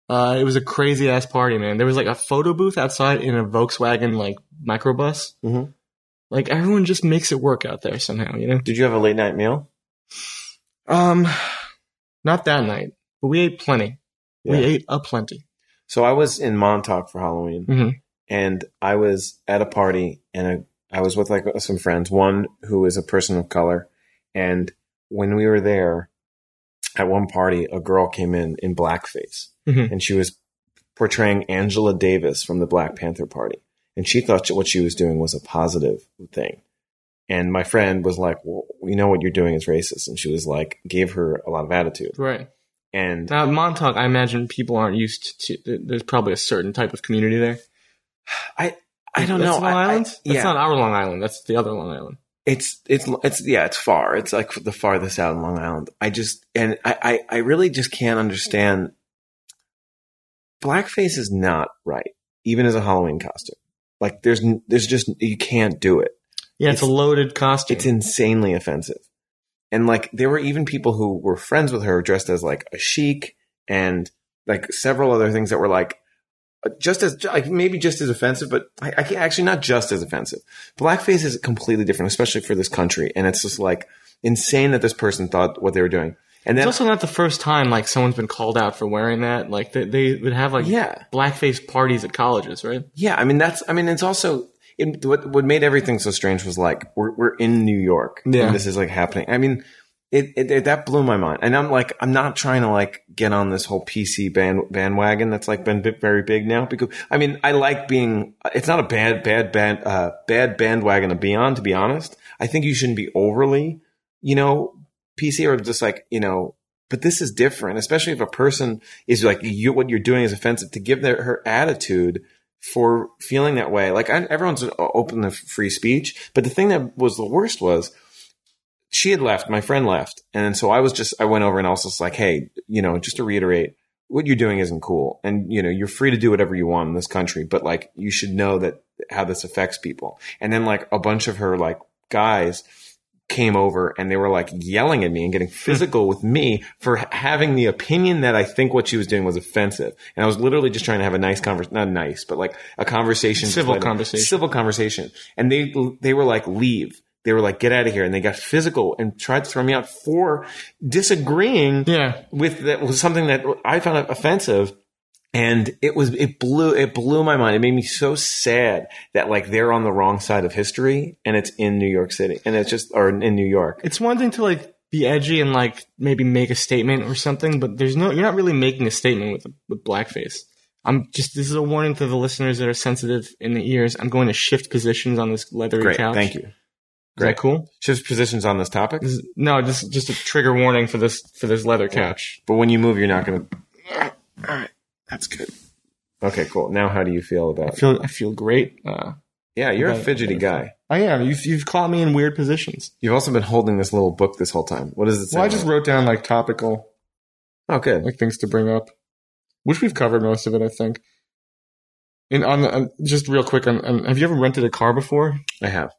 A: Uh, it was a crazy ass party, man. There was like a photo booth outside in a Volkswagen like microbus.
B: Mhm.
A: Like everyone just makes it work out there somehow, you know.
B: Did you have a late night meal?
A: Um, not that night, but we ate plenty. We
B: Yeah.
A: ate a plenty.
B: So I was in Montauk for Halloween,
A: Mhm.
B: and I was at a party, and I, I was with like some friends. One who is a person of color, and when we were there, at one party, a girl came in in blackface,
A: Mhm.
B: and she was portraying Angela Davis from the Black Panther Party, and she thought what she was doing was a positive thing. And my friend was like, "Well, you know what you're doing is racist," and she was like, gave her a lot of attitude,
A: Right
B: and
A: now, Montauk, I imagine people aren't used to. th- There's probably a certain type of community there.
B: I don't
A: That's
B: know.
A: Long
B: I- I-
A: Island.
B: yeah.
A: That's not our Long Island. That's the other Long Island.
B: it's it's it's yeah it's far it's like the farthest out in long island i just and i i, I really just can't understand blackface is not right even as a halloween costume like there's n- there's just you can't do it
A: Yeah, it's,
B: It's-
A: a loaded costume.
B: it's insanely offensive and like there were even people who were friends with her dressed as like a sheik and like several other things that were like just as like maybe just as offensive, but I, I can't actually not just as offensive. Blackface is completely different, especially for this country, and it's just like insane that this person thought what they were doing. And
A: It's
B: then,
A: also not the first time like someone's been called out for wearing that. Like they, they would have like
B: yeah,
A: blackface parties at colleges, right?
B: yeah. I mean, that's I mean, it's also it, what what made everything so strange was like we're we're in New York,
A: Yeah.
B: and this is like happening. I mean. It, it, it that blew my mind, and I'm like, I'm not trying to like get on this whole PC band bandwagon that's like been bi- very big now. Because I mean, I like being. It's not a bad bad band uh, bad bandwagon to be on. To be honest, I think you shouldn't be overly, you know, PC or just like, you know, but this is different, especially if a person is like, you, what you're doing is offensive to give their, her attitude for feeling that way. Like I, everyone's open to free speech. But the thing that was the worst was she had left, my friend left. And so I was just, I went over and I was just like, Hey, you know, just to reiterate, what you're doing isn't cool. And you know, you're free to do whatever you want in this country, but like, you should know that how this affects people. And then like a bunch of her like guys came over and they were like yelling at me and
A: Hmm.
B: getting physical with me for ha- having the opinion that I think what she was doing was offensive. And I was literally just trying to have a nice conversation, not nice, but like a conversation,
A: Civil
B: like,
A: conversation.
B: civil conversation. And they, they were like, leave. They were like, get out of here. And they got physical and tried to throw me out for disagreeing
A: Yeah,
B: with that was something that I found offensive. And it was it blew it blew my mind. It made me so sad that like they're on the wrong side of history, and it's in New York City, and it's just or in New York.
A: it's one thing to like be edgy and like maybe make a statement or something, but there's no you're not really making a statement with with blackface. I'm just this is a warning to the listeners that are sensitive in the ears. I'm going to shift positions on this leathery
B: Great,
A: couch.
B: thank you.
A: Is that
B: Great.
A: cool?
B: Shift positions on this topic,
A: This is- no, just just a trigger warning for this for this leather couch.
B: but when you move, you're not going to.
A: All right, that's good.
B: Okay, cool. Now, how do you feel
A: I
B: about?
A: feel I feel great. Uh,
B: Yeah, you're a
A: About-
B: fidgety guy.
A: I am. You've you've caught me in weird positions.
B: You've also been holding this little book this whole time. What does it say?
A: Well, I just
B: on it?
A: wrote down like topical
B: oh, good.
A: like things to bring up, which we've covered most of it, I think. And on, the, on just real quick, on, on, have you ever rented a car before?
B: I have.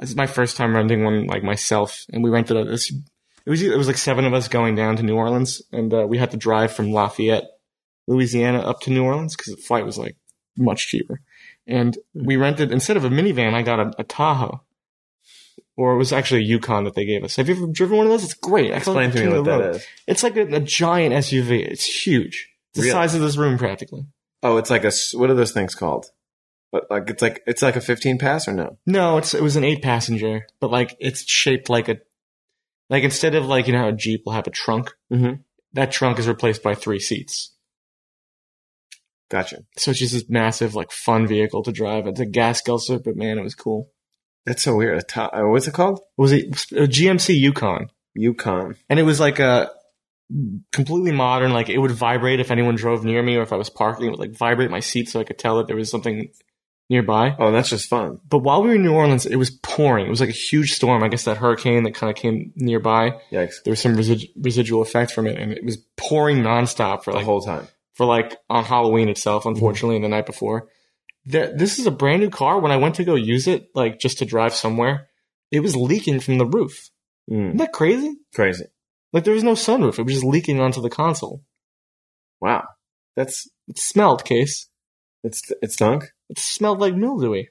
A: This is my first time renting one, like myself, and we rented a. This, it was it was like seven of us going down to New Orleans, and uh, we had to drive from Lafayette, Louisiana, up to New Orleans because the flight was like much cheaper. And we rented instead of a minivan, I got a, a Tahoe, or it was actually a Yukon that they gave us. Have you ever driven one of those? It's great.
B: Explain to me what that is.
A: It's like a, a giant SUV. It's huge. It's the
B: Really?
A: size of this room practically.
B: Oh, it's like a s- what are those things called? But like it's like it's like a 15 pass or no?
A: No, it's it was an eight passenger, but like it's shaped like a like instead of like you know how a Jeep will have a trunk,
B: Mhm.
A: that trunk is replaced by three seats.
B: Gotcha.
A: So it's just this massive, like fun vehicle to drive. It's a gas guzzler, but man, it was cool.
B: That's so weird. A to- uh, what's it called?
A: It was a, a GMC Yukon,
B: Yukon.
A: and it was like a completely modern. Like it would vibrate if anyone drove near me or if I was parking. It would like vibrate my seat so I could tell that there was something nearby.
B: Oh, that's just fun.
A: But while we were in New Orleans, it was pouring. It was like a huge storm. I guess that hurricane that kind of came nearby.
B: Yikes.
A: There was some resi- residual effect from it, and it was pouring nonstop for
B: The
A: like
B: whole time.
A: for like on Halloween itself. Unfortunately, and the night before. Th- this is a brand new car. When I went to go use it, like just to drive somewhere, it was leaking from the roof.
B: Mm,
A: Isn't that crazy?
B: crazy.
A: Like there was no sunroof. It was just leaking onto the console.
B: Wow. That's
A: It smelled, case.
B: it's it stunk.
A: It smelled like mildewy.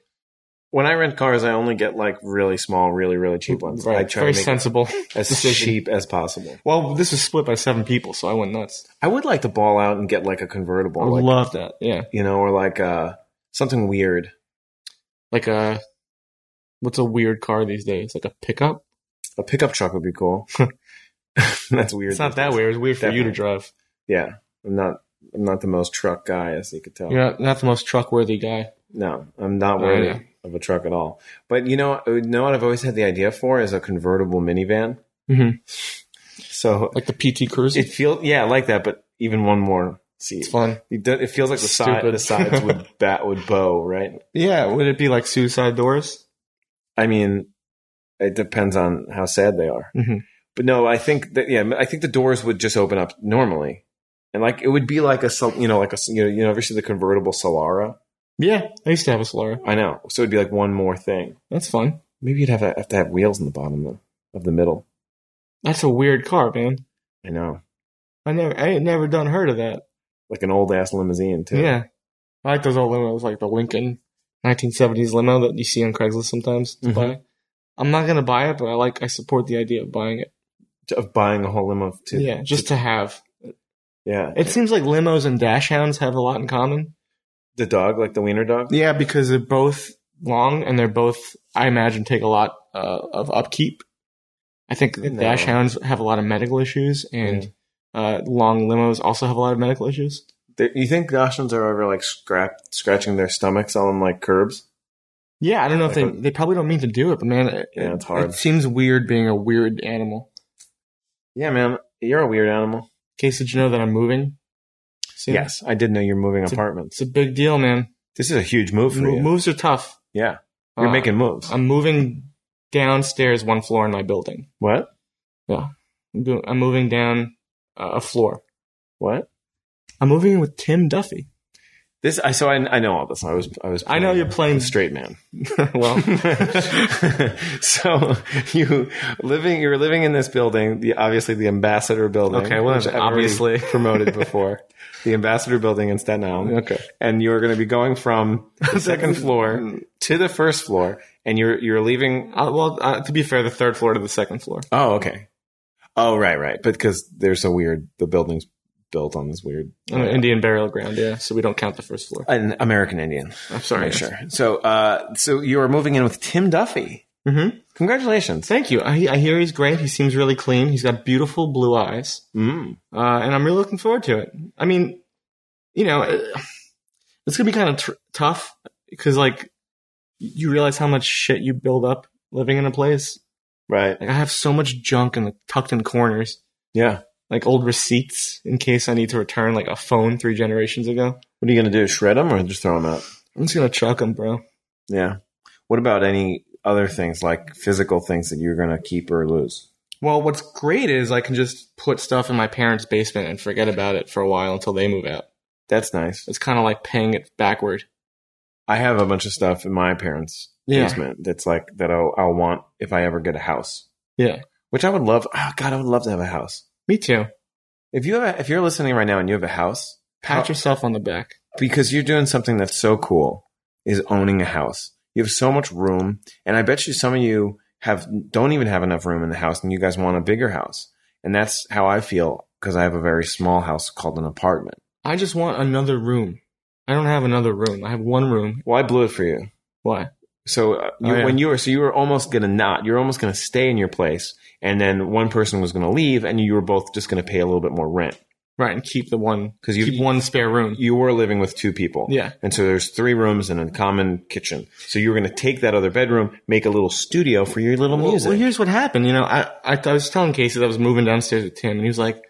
B: when I rent cars, I only get like really small, really really cheap ones. I
A: Right.
B: try to
A: Very
B: make
A: sensible.
B: it as cheap as possible.
A: Well, this is split by seven people, so I went nuts.
B: I would like to ball out and get like a convertible,
A: I
B: like,
A: love that. Yeah.
B: you know, or like uh, something weird.
A: Like a what's a weird car these days? Like a pickup?
B: A pickup truck would be cool. That's weird.
A: It's not that weird. It's weird for you to
B: Definitely.
A: drive.
B: Yeah, I'm not. I'm not the most truck guy, as you could tell.
A: You're not, not the most truck worthy guy.
B: No, I'm not
A: Oh,
B: worthy
A: yeah.
B: of a truck at all. But you know, you know what I've always had the idea for is a convertible minivan.
A: Mhm.
B: So
A: Like the PT Cruiser.
B: it feels yeah, I like that, but even one more seat.
A: it's fun.
B: It do- it feels like the side,
A: Stupid.
B: the sides would bat would bow, right?
A: Yeah. Would it be like suicide doors?
B: I mean, it depends on how sad they are.
A: Mhm.
B: But no, I think that yeah, I think the doors would just open up normally, and like it would be like a Sol- you know like a you know you know ever see the convertible Solara?
A: Yeah. I used to have a Solara.
B: I know, so it'd be like one more thing.
A: That's fun.
B: Maybe you'd have, to- have to have wheels in the bottom of, of the middle.
A: That's a weird car, man.
B: I know,
A: I never, I ain't never done heard of that.
B: like an old ass limousine too.
A: Yeah. I like those old limos, like the Lincoln 1970s limo that you see on Craigslist sometimes to
B: Mhm.
A: buy. I'm not gonna buy it, but I like, I support the idea of buying it.
B: of buying a whole limo too.
A: yeah, just to have.
B: yeah.
A: It seems like limos and dash hounds have a lot in common.
B: The dog, like the wiener dog.
A: Yeah, because they're both long and they're both, I imagine, take a lot uh, of upkeep. I think the
B: No.
A: dash hounds have a lot of medical issues, and uh, long limos also have a lot of medical issues.
B: There- you think Dachshunds are ever like scrap scratching their stomachs on like curbs?
A: Yeah, I don't know if
B: Like
A: they they probably don't mean to do it, but man, it,
B: Yeah, it's
A: it-
B: hard.
A: It seems weird being a weird animal.
B: Yeah, man, you're a weird animal.
A: In case did you know that I'm moving? soon?
B: Yes, I did know you're moving
A: It's a-
B: apartments.
A: it's a big deal, man.
B: this is a huge move for
A: Mo-
B: you.
A: moves are tough.
B: Yeah, you're
A: Uh,
B: making moves.
A: I'm moving downstairs one floor in my building.
B: what?
A: I'm, doing, I'm moving down uh, a floor.
B: What?
A: I'm moving in with Tim Duffy.
B: This I so I, I know all this. I was I was
A: I know you're playing-
B: the straight man.
A: well,
B: so you living you're living in this building, the obviously the Ambassador Building.
A: Okay, well,
B: which I've
A: obviously.
B: already promoted before the Ambassador Building in Staten Island.
A: okay.
B: and you're going to be going from the second floor to the first floor, and you're you're leaving.
A: Uh, well, uh, to be fair, the third floor to the second floor.
B: Oh, okay. Oh, right, right. But because there's a weird, the building's built on this weird
A: On an Indian burial ground, yeah. So we don't count the first floor.
B: an American Indian.
A: I'm sorry.
B: Right, sure. So, uh, so you are moving in with Tim Duffy.
A: Mm-hmm.
B: Congratulations.
A: Thank you. I, I hear he's great. He seems really clean. He's got beautiful blue eyes.
B: Mm.
A: uh, and I'm really looking forward to it. I mean, you know, uh, it's gonna be kind of tr- tough because like you realize how much shit you build up living in a place.
B: Right.
A: Like I have so much junk in the tucked in corners,
B: Yeah.
A: like old receipts in case I need to return like a phone three generations ago.
B: What are you going to do? Shred them or just throw them out?
A: I'm just gonna chuck them, bro.
B: Yeah. What about any other things like physical things that you're going to keep or lose?
A: Well, what's great is I can just put stuff in my parents' basement and forget about it for a while until they move out.
B: That's nice.
A: It's kind of like paying it backward.
B: I have a bunch of stuff in my parents'
A: Yeah.
B: basement that's like that I'll, I'll want if I ever get a house.
A: Yeah.
B: Which I would love. Oh God, I would love to have a house.
A: Me too.
B: If you have, a, if you're listening right now and you have a house,
A: Pat
B: how-
A: yourself on the back.
B: because you're doing something that's so cool is owning a house. You have so much room, and I bet you some of you have don't even have enough room in the house, and you guys want a bigger house. And that's how I feel because I have a very small house called an apartment.
A: I just want another room. I don't have another room. I have one room.
B: Well, I blew it for you.
A: Why?
B: So uh, you,
A: Oh, yeah.
B: when you were so you were almost gonna not, you were almost gonna stay in your place, and then one person was gonna leave, and you were both just gonna pay a little bit more rent
A: Right, and keep the one
B: because you
A: keep one spare room.
B: you were living with two people.
A: Yeah.
B: And so there's three rooms and a common kitchen. So you were going to take that other bedroom, make a little studio for your little
A: Well,
B: music.
A: well, here's what happened. You know, I, I I was telling Casey that I was moving downstairs with Tim, and he was like,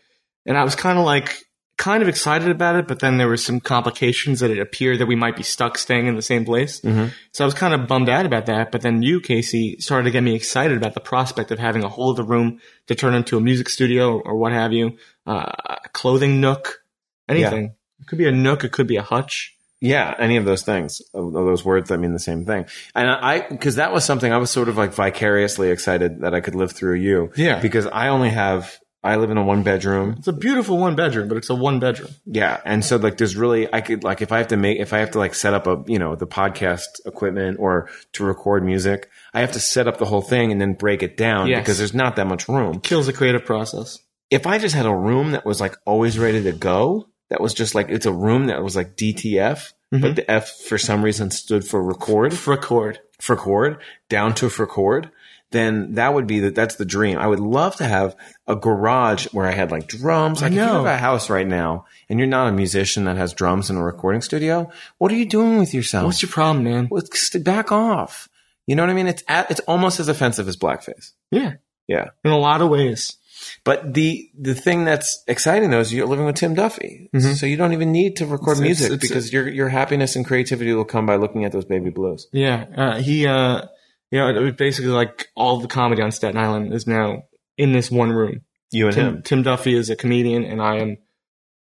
A: and I was kind of like kind of excited about it, but then there were some complications that it appeared that we might be stuck staying in the same place.
B: Mhm.
A: So I was kind of bummed out about that. But then you, Casey, started to get me excited about the prospect of having a whole other room to turn into a music studio or, or what have you, uh, a clothing nook, anything. It could be a nook. It could be a hutch.
B: yeah, any of those things, of of those words that mean the same thing. And I, because that was something I was sort of like vicariously excited that I could live through you.
A: Yeah.
B: Because I only have I live in a one bedroom.
A: It's a beautiful one bedroom, but it's a one bedroom.
B: Yeah, and so like there's really I could like if I have to make if I have to like set up a you know the podcast equipment or to record music, I have to set up the whole thing and then break it down
A: Yes.
B: because there's not that much room.
A: Kills the creative process.
B: If I just had a room that was like always ready to go, that was just like it's a room that was like DTF, but
A: Mhm.
B: the F for some reason stood for record
A: Record.
B: for chord down to for chord then that would be the, that's the dream i would love to have a garage where i had like drums like if you
A: know.
B: have a house right now and you're not a musician that has drums in a recording studio what are you doing with yourself
A: What's your problem, man?
B: Well, st- back off you know what i mean it's at, it's almost as offensive as blackface
A: Yeah.
B: Yeah.
A: In a lot of ways.
B: but the the thing that's exciting though is you're living with Tim Duffy,
A: Mhm.
B: so you don't even need to record
A: It's-
B: music
A: it's- it's-
B: because your your happiness and creativity will come by looking at those baby blues.
A: Yeah. Uh, he, uh, you know, it was basically like all the comedy on Staten Island is now in this one room.
B: You and
A: Tim, Tim Duffy is a comedian, and I am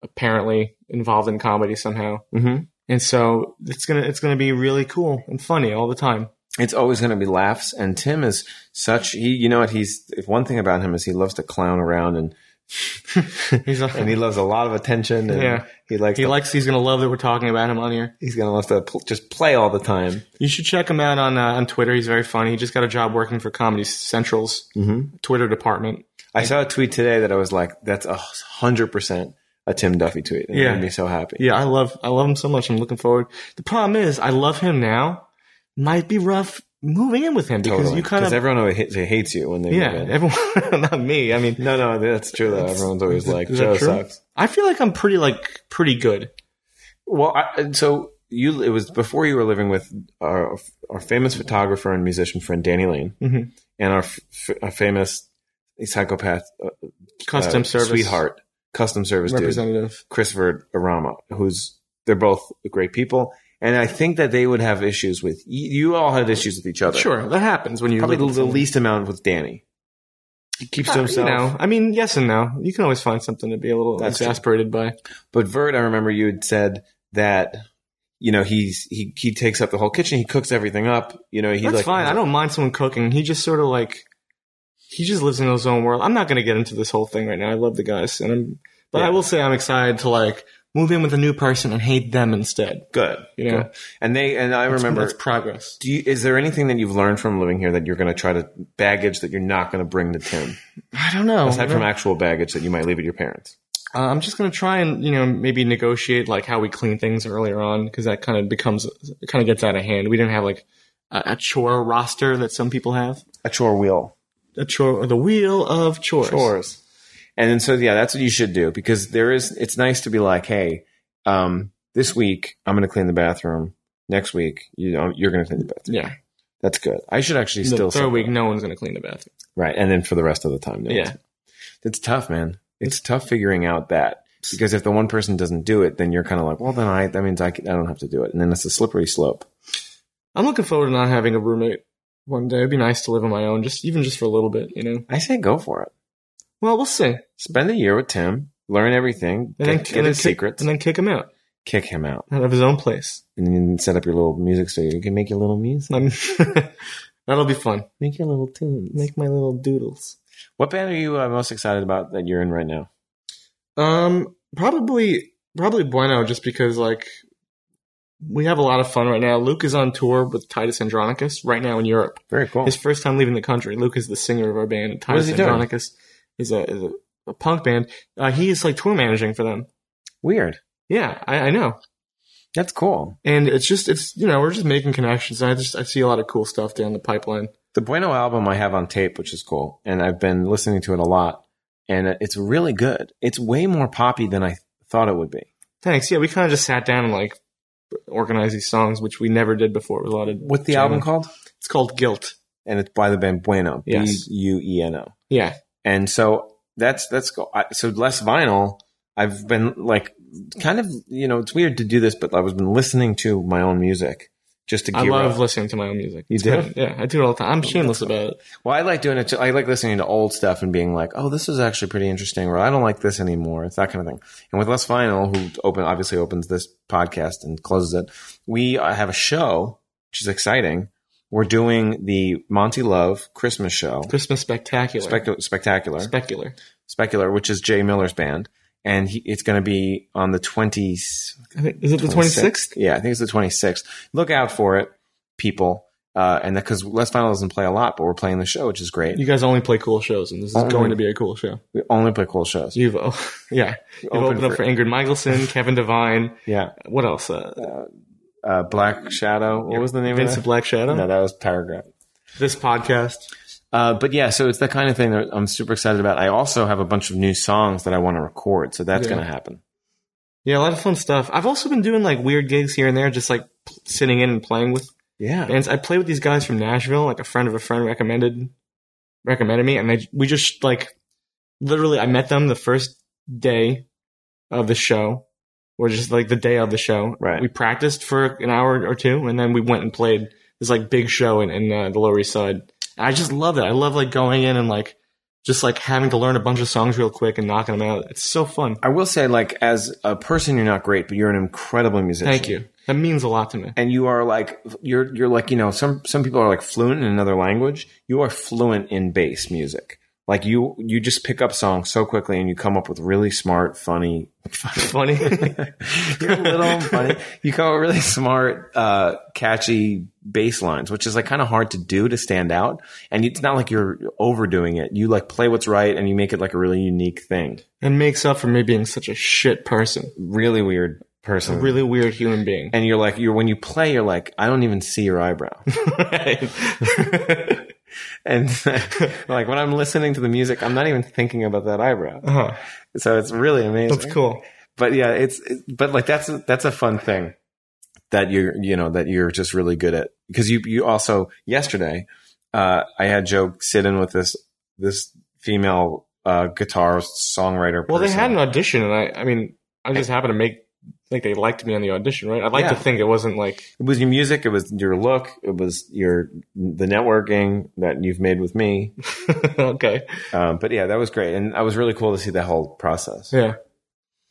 A: apparently involved in comedy somehow.
B: him. hmm
A: And so it's gonna it's gonna be really cool and funny all the time.
B: it's always going to be laughs. And Tim is such he, you know what he's one thing about him is he loves to clown around and
A: He's a,
B: and he loves a lot of attention. And
A: Yeah.
B: he likes
A: he
B: to-
A: likes he's gonna love that we're talking about him on here.
B: he's going to love to pl- just play all the time.
A: You should check him out on uh, on Twitter. He's very funny. He just got a job working for Comedy Central's
B: Mhm.
A: Twitter department.
B: I saw a tweet today that I was like, that's a hundred percent a Tim Duffy tweet. And
A: Yeah.
B: it made me so happy.
A: Yeah, I love I love him so much. I'm looking forward. The problem is, I love him now. Might be rough moving in with him because you kind of
B: everyone always hates, hates you when they
A: yeah
B: move in.
A: everyone not me. I mean,
B: no no that's true though everyone's always like
A: is that
B: Joe
A: true?
B: sucks.
A: I feel like I'm pretty like pretty good.
B: Well, I, and so you it was before you were living with our our famous photographer and musician friend Danny Lane
A: Mhm.
B: and our, f- our famous psychopath uh,
A: Custom
B: uh,
A: service
B: sweetheart custom service dude
A: representative.
B: Christopher Arama who's they're both great people and I think that they would have issues with you, you all had issues with each other
A: Sure, that happens when you
B: probably
A: live
B: the,
A: with
B: the
A: someone.
B: least amount with Danny he keeps to
A: Uh,
B: himself
A: You know, I mean, yes and no. You can always find something to be a little
B: That's true.
A: exasperated by.
B: But Vert, I remember you had said that you know he's he he takes up the whole kitchen. He cooks everything up. You know he
A: That's
B: like
A: fine. I don't mind someone cooking. He just sort of like he just lives in his own world. I'm not going to get into this whole thing right now. I love the guys, and I'm, but
B: Yeah.
A: I will say I'm excited to like move in with a new person and hate them instead.
B: good.
A: You know,
B: good. and they and I remember.
A: it's progress.
B: do you, is there anything that you've learned from living here that you're going to try to baggage that you're not going to bring to Tim
A: I don't know.
B: aside
A: you
B: from
A: know?
B: actual baggage that you might leave at your parents?
A: Uh, I'm just going to try and you know maybe negotiate like how we clean things earlier on because that kind of becomes it kind of gets out of hand. We didn't have like a, a chore roster that some people have.
B: A chore wheel,
A: A chore, the wheel of chores.
B: chores, and then so yeah, that's what you should do because there is. It's nice to be like, hey, um, this week I'm going to clean the bathroom. Next week, you know, you're going to clean the bathroom.
A: Yeah.
B: That's good. I should actually
A: the
B: still
A: third
B: set
A: week,
B: that.
A: no one's going to clean the bathroom.
B: Right. And then for the rest of the time. no
A: Yeah.
B: one's- It's tough, man. It's tough figuring out that because if the one person doesn't do it, then you're kind of like, well, then I, that means I, can, I don't have to do it. And then it's a slippery slope.
A: I'm looking forward to not having a roommate one day. It'd be nice to live on my own, just even just for a little bit, you know.
B: I say go for it.
A: Well, we'll see. And
B: Spend a year with Tim, learn everything, get, get
A: and
B: his
A: kick,
B: secrets,
A: and then kick him out
B: kick him out,
A: out of his own place.
B: and then set up your little music studio. You can make your little music,
A: I'm- That'll be fun.
B: make your little tunes.
A: Make my little doodles.
B: what band are you uh, most excited about that you're in right now?
A: Um, probably, probably Bueno, just because like we have a lot of fun right now. Luke is on tour with Titus Andronicus right now in Europe.
B: Very cool.
A: His first time leaving the country. Luke is the singer of our band.
B: Oh. What is
A: Titus
B: he doing?
A: Andronicus is a is a, a punk band. Uh, he is like tour managing for them.
B: Weird.
A: Yeah, I, I know.
B: That's cool.
A: And it's just it's you know we're just making connections. I just I see a lot of cool stuff down the pipeline.
B: the Bueno album I have on tape, which is cool, and I've been listening to it a lot, and it's really good. It's way more poppy than I thought it would be.
A: Thanks. Yeah, we kind of just sat down and like organized these songs, which we never did before. With a lot of
B: What's the album called?
A: It's called Guilt.
B: And it's by the band Bueno, B
A: Yes.
B: U E N O.
A: Yeah,
B: And so that's that's cool. I, so less vinyl. I've been like, kind of, you know, it's weird to do this, but I've been listening to my own music just to
A: I
B: gear
A: love
B: up.
A: listening to my own music.
B: You
A: It's
B: do? Oh,
A: kind of- yeah, I do it all the time. I'm shameless about it.
B: Well, I like doing it. Too. I like listening to old stuff and being like, "Oh, this is actually pretty interesting," or "I don't like this anymore." It's that kind of thing. And with Les Vinyl, who open obviously opens this podcast and closes it, we uh, have a show which is exciting. We're doing the Monty Love Christmas show,
A: Christmas spectacular.
B: Spect- spectacular,
A: Specular.
B: Specular, which is Jay Miller's band, and he, it's going to be on the twenty.
A: I think, is it the 26th?
B: Yeah, I think it's the 26th. Look out for it, people. Uh, and because Les Final doesn't play a lot, but we're playing the show, which is great.
A: You guys only play cool shows, and this is
B: Only-
A: going to be a cool show.
B: we only play cool shows.
A: You've, oh, yeah,
B: We
A: you've opened up for Ingrid Michaelson, Kevin Devine.
B: yeah,
A: What else? Uh,
B: uh, Black Shadow. What was the name
A: Vince
B: of
A: of
B: that?
A: Black Shadow.
B: Uh, No, that was Paragraph.
A: This podcast.
B: Uh, but yeah, so it's the kind of thing that I'm super excited about. I also have a bunch of new songs that I want to record, so that's
A: Yeah.
B: going to happen.
A: Yeah, a lot of fun stuff. I've also been doing like weird gigs here and there, just like p- sitting in and playing with
B: Yeah,
A: bands. I play with these guys from Nashville. Like a friend of a friend recommended recommended me, and I, we just like literally I met them the first day of the show, or just like the day of the show.
B: Right.
A: We practiced for an hour or two, and then we went and played this like big show in, in uh, the Lower East Side. And I just love it. I love like going in and like just like having to learn a bunch of songs real quick and knocking them out. It's so fun.
B: I will say, like as a person, you're not great, but you're an incredible musician.
A: Thank you. That means a lot to me.
B: and you are like you're you're like you know some some people are like fluent in another language you are fluent in bass music like you you just pick up songs so quickly and you come up with really smart funny
A: Funny.
B: you're a little funny you come up with really smart uh catchy bass lines which is like kind of hard to do to stand out and it's not like you're overdoing it you like play what's right and you make it like a really unique thing
A: It makes up for me being such a shit person.
B: really weird person
A: Really weird human being.
B: and you're like you're when you play you're like i don't even see your eyebrow
A: Right.
B: And like when I'm listening to the music, I'm not even thinking about that eyebrow.
A: Uh-huh.
B: So it's really amazing.
A: That's cool.
B: But yeah, it's it- but like that's that's a fun thing that you're you know that you're just really good at because you you also yesterday uh, I had Joe sit in with this this female uh, guitar songwriter.
A: Well, they
B: person.
A: had an audition, and I, I mean, I just happened to make, like, they liked me on the audition, right? I'd like to
B: Yeah.
A: think it wasn't like,
B: it was your music, it was your look, it was your the networking that you've made with me.
A: okay.
B: Um, but yeah, that was great, and I was really cool to see the whole process.
A: Yeah.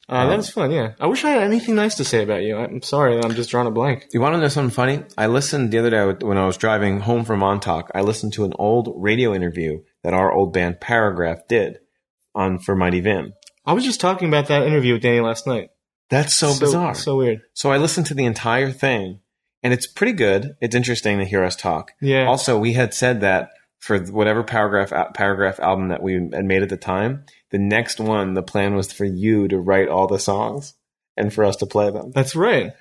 A: Uh,
B: Um,
A: that was fun, yeah. I wish I had anything nice to say about you. I'm sorry that I'm just drawing a blank.
B: You want to know something funny? I listened the other day when I was driving home from Montauk. I listened to an old radio interview that our old band Paragraph did on for Mighty Vim.
A: I was just talking about that interview with Danny last night.
B: That's so, bizarre.
A: So weird.
B: so I listened to the entire thing, and it's pretty good. It's interesting to hear us talk.
A: Yeah.
B: Also, we had said that for whatever paragraph al- paragraph album that we had made at the time, the next one, the plan was for you to write all the songs and for us to play them.
A: That's right.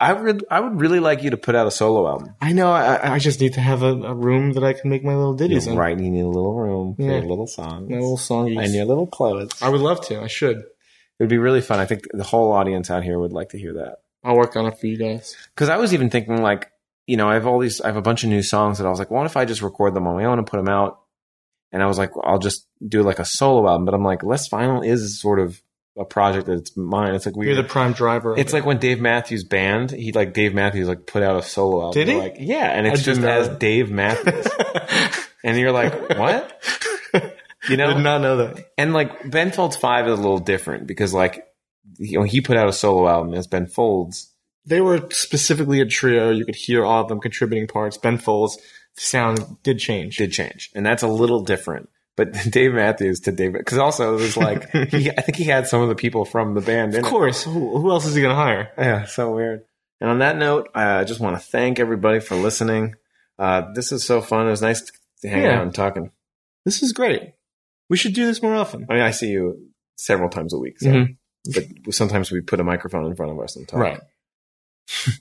B: I would I would really like you to put out a solo album.
A: I know. I, I just need to have a, a room that I can make my little ditties
B: You're
A: in.
B: right. You need a little room for
A: Yeah.
B: your little songs
A: My little songies.
B: and your little clothes.
A: I would love to. I should.
B: It would be really fun. I think the whole audience out here would like to hear that.
A: I'll work on it for you guys.
B: Because I was even thinking, like, you know, I have all these, I have a bunch of new songs that I was like, what if I just record them on my own and put them out? And I was like, well, I'll just do like a solo album. But I'm like, Les Vinyl is sort of a project that it's mine. It's like
A: You're
B: weird.
A: the prime driver. of
B: it's
A: it.
B: like when Dave Matthews band, he like Dave Matthews like put out a solo album.
A: Did he?
B: Like, yeah, and it's
A: I did
B: just
A: not.
B: as Dave Matthews, and you're like, what? You know,
A: I did not know that.
B: And like Ben Folds Five is a little different because like you know, he put out a solo album as Ben Folds.
A: They were specifically a trio. You could hear all of them contributing parts. Ben Folds' sound did change.
B: Did change, and that's a little different. But Dave Matthews to Dave because also it was like he, I think he had some of the people from the band.
A: of
B: in it.
A: course. Who, who else is he going to hire?
B: Yeah, so weird. And on that note, I just want to thank everybody for listening. Uh, this is so fun. It was nice to hang
A: Yeah.
B: out and talking.
A: This is great. We should do this more often.
B: I mean, I see you several times a week, so,
A: Mhm.
B: but sometimes we put a microphone in front of us and talk.
A: Right.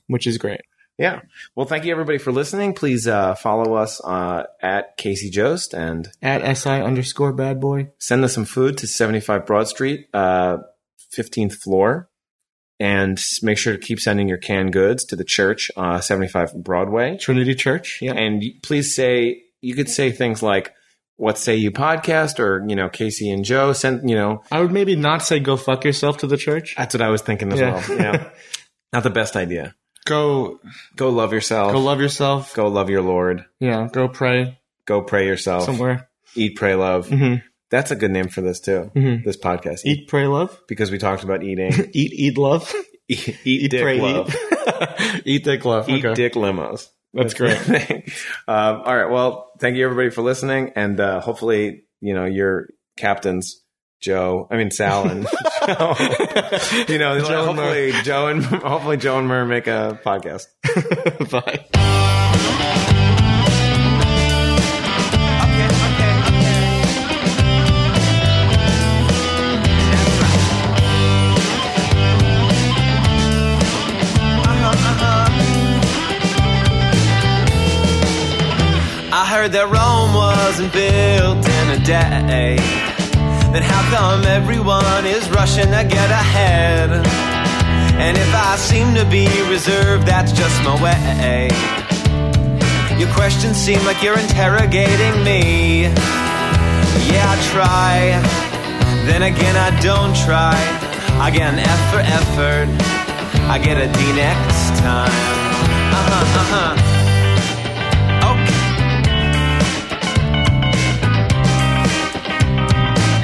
A: Which is great.
B: Yeah. Well, thank you everybody for listening. Please uh, follow us uh, at Casey Jost and
A: At SI underscore bad boy.
B: send us some food to 75 Broad Street, uh, 15th floor. And s- make sure to keep sending your canned goods to the church, uh, 75 Broadway.
A: Trinity Church. Yeah.
B: And y- please say, you could say things like, what say you podcast or, you know, Casey and Joe send, you know,
A: I would maybe not say go fuck yourself to the church.
B: that's what I was thinking as
A: Yeah.
B: well. Yeah. Not the best idea.
A: Go
B: Go love yourself.
A: go
B: Go,
A: love yourself.
B: love your Lord.
A: Yeah. Go pray
B: Go pray yourself.
A: somewhere.
B: Eat, pray, love.
A: hmm
B: That's a good name for this too.
A: hmm
B: This podcast, eat,
A: Eat, pray, love.
B: because we talked about eating.
A: Eat, eat, love.
B: eat, eat, dick
A: pray,
B: love.
A: eat. eat dick love.
B: Eat
A: okay.
B: dick limos.
A: That's great.
B: the thing. um, all right. Well, thank you everybody for listening, and uh, hopefully, you know, your captains Joe. I mean Sal and Joe. you know,
A: Joe and Murr.
B: hopefully Joe and hopefully Joe and Murr make a podcast.
A: Bye.
D: Okay, okay, okay. That's right. Uh-huh, uh-huh. I heard that Rome wasn't built in a day. Then how come everyone is rushing to get ahead? And if I seem to be reserved, that's just my way. Your questions seem like you're interrogating me. Yeah, I try. Then again, I don't try. I get an F for effort. I get a D next time. Uh huh, uh huh. Okay.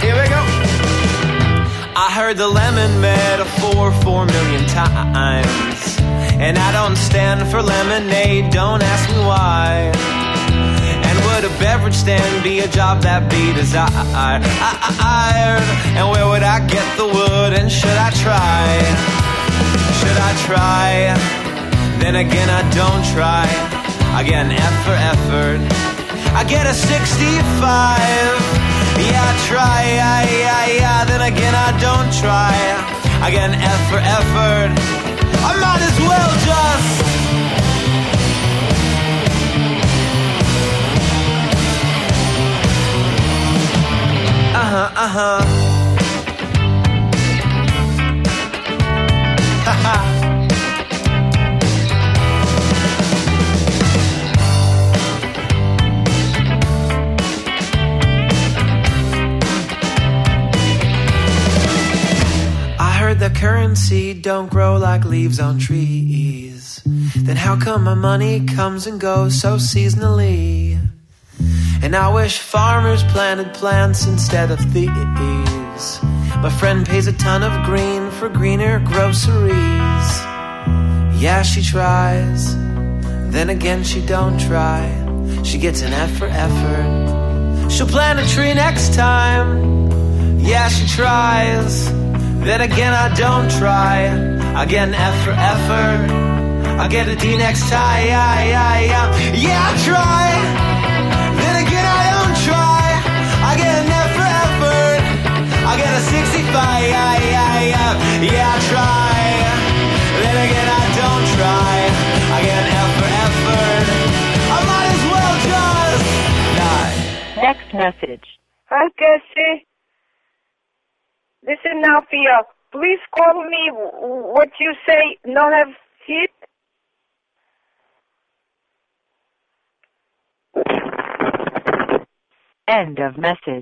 D: Here we go. I heard the lemon metaphor four million times. And I don't stand for lemonade, don't ask me why. And would a beverage stand be a job that be desired? And where would I get the wood and should I try? Should I try? Then again, I don't try. I get an F for effort. I get a 65. Yeah, I try, yeah, yeah, yeah. Then again, I don't try. I get an F for effort. I might as well just. Uh huh, uh huh. I heard that currency don't grow like leaves on trees. Then how come my money comes and goes so seasonally? And I wish farmers planted plants instead of thieves. My friend pays a ton of green for greener groceries. Yeah, she tries. Then again, she don't try. She gets an F for effort. She'll plant a tree next time. Yeah, she tries. Then again, I don't try. I get an F for effort. I get a D next time. Yeah, yeah, yeah. Yeah, I try. Then again, I don't try. I get an F for effort. I get a 65. Yeah, yeah, yeah. Yeah, I try. Then again, I don't try. I get an F for effort. I might as well just die.
E: Next message. Hi, Jesse. This is Nafia. Please call me w- what you say not have hit.
F: End of message.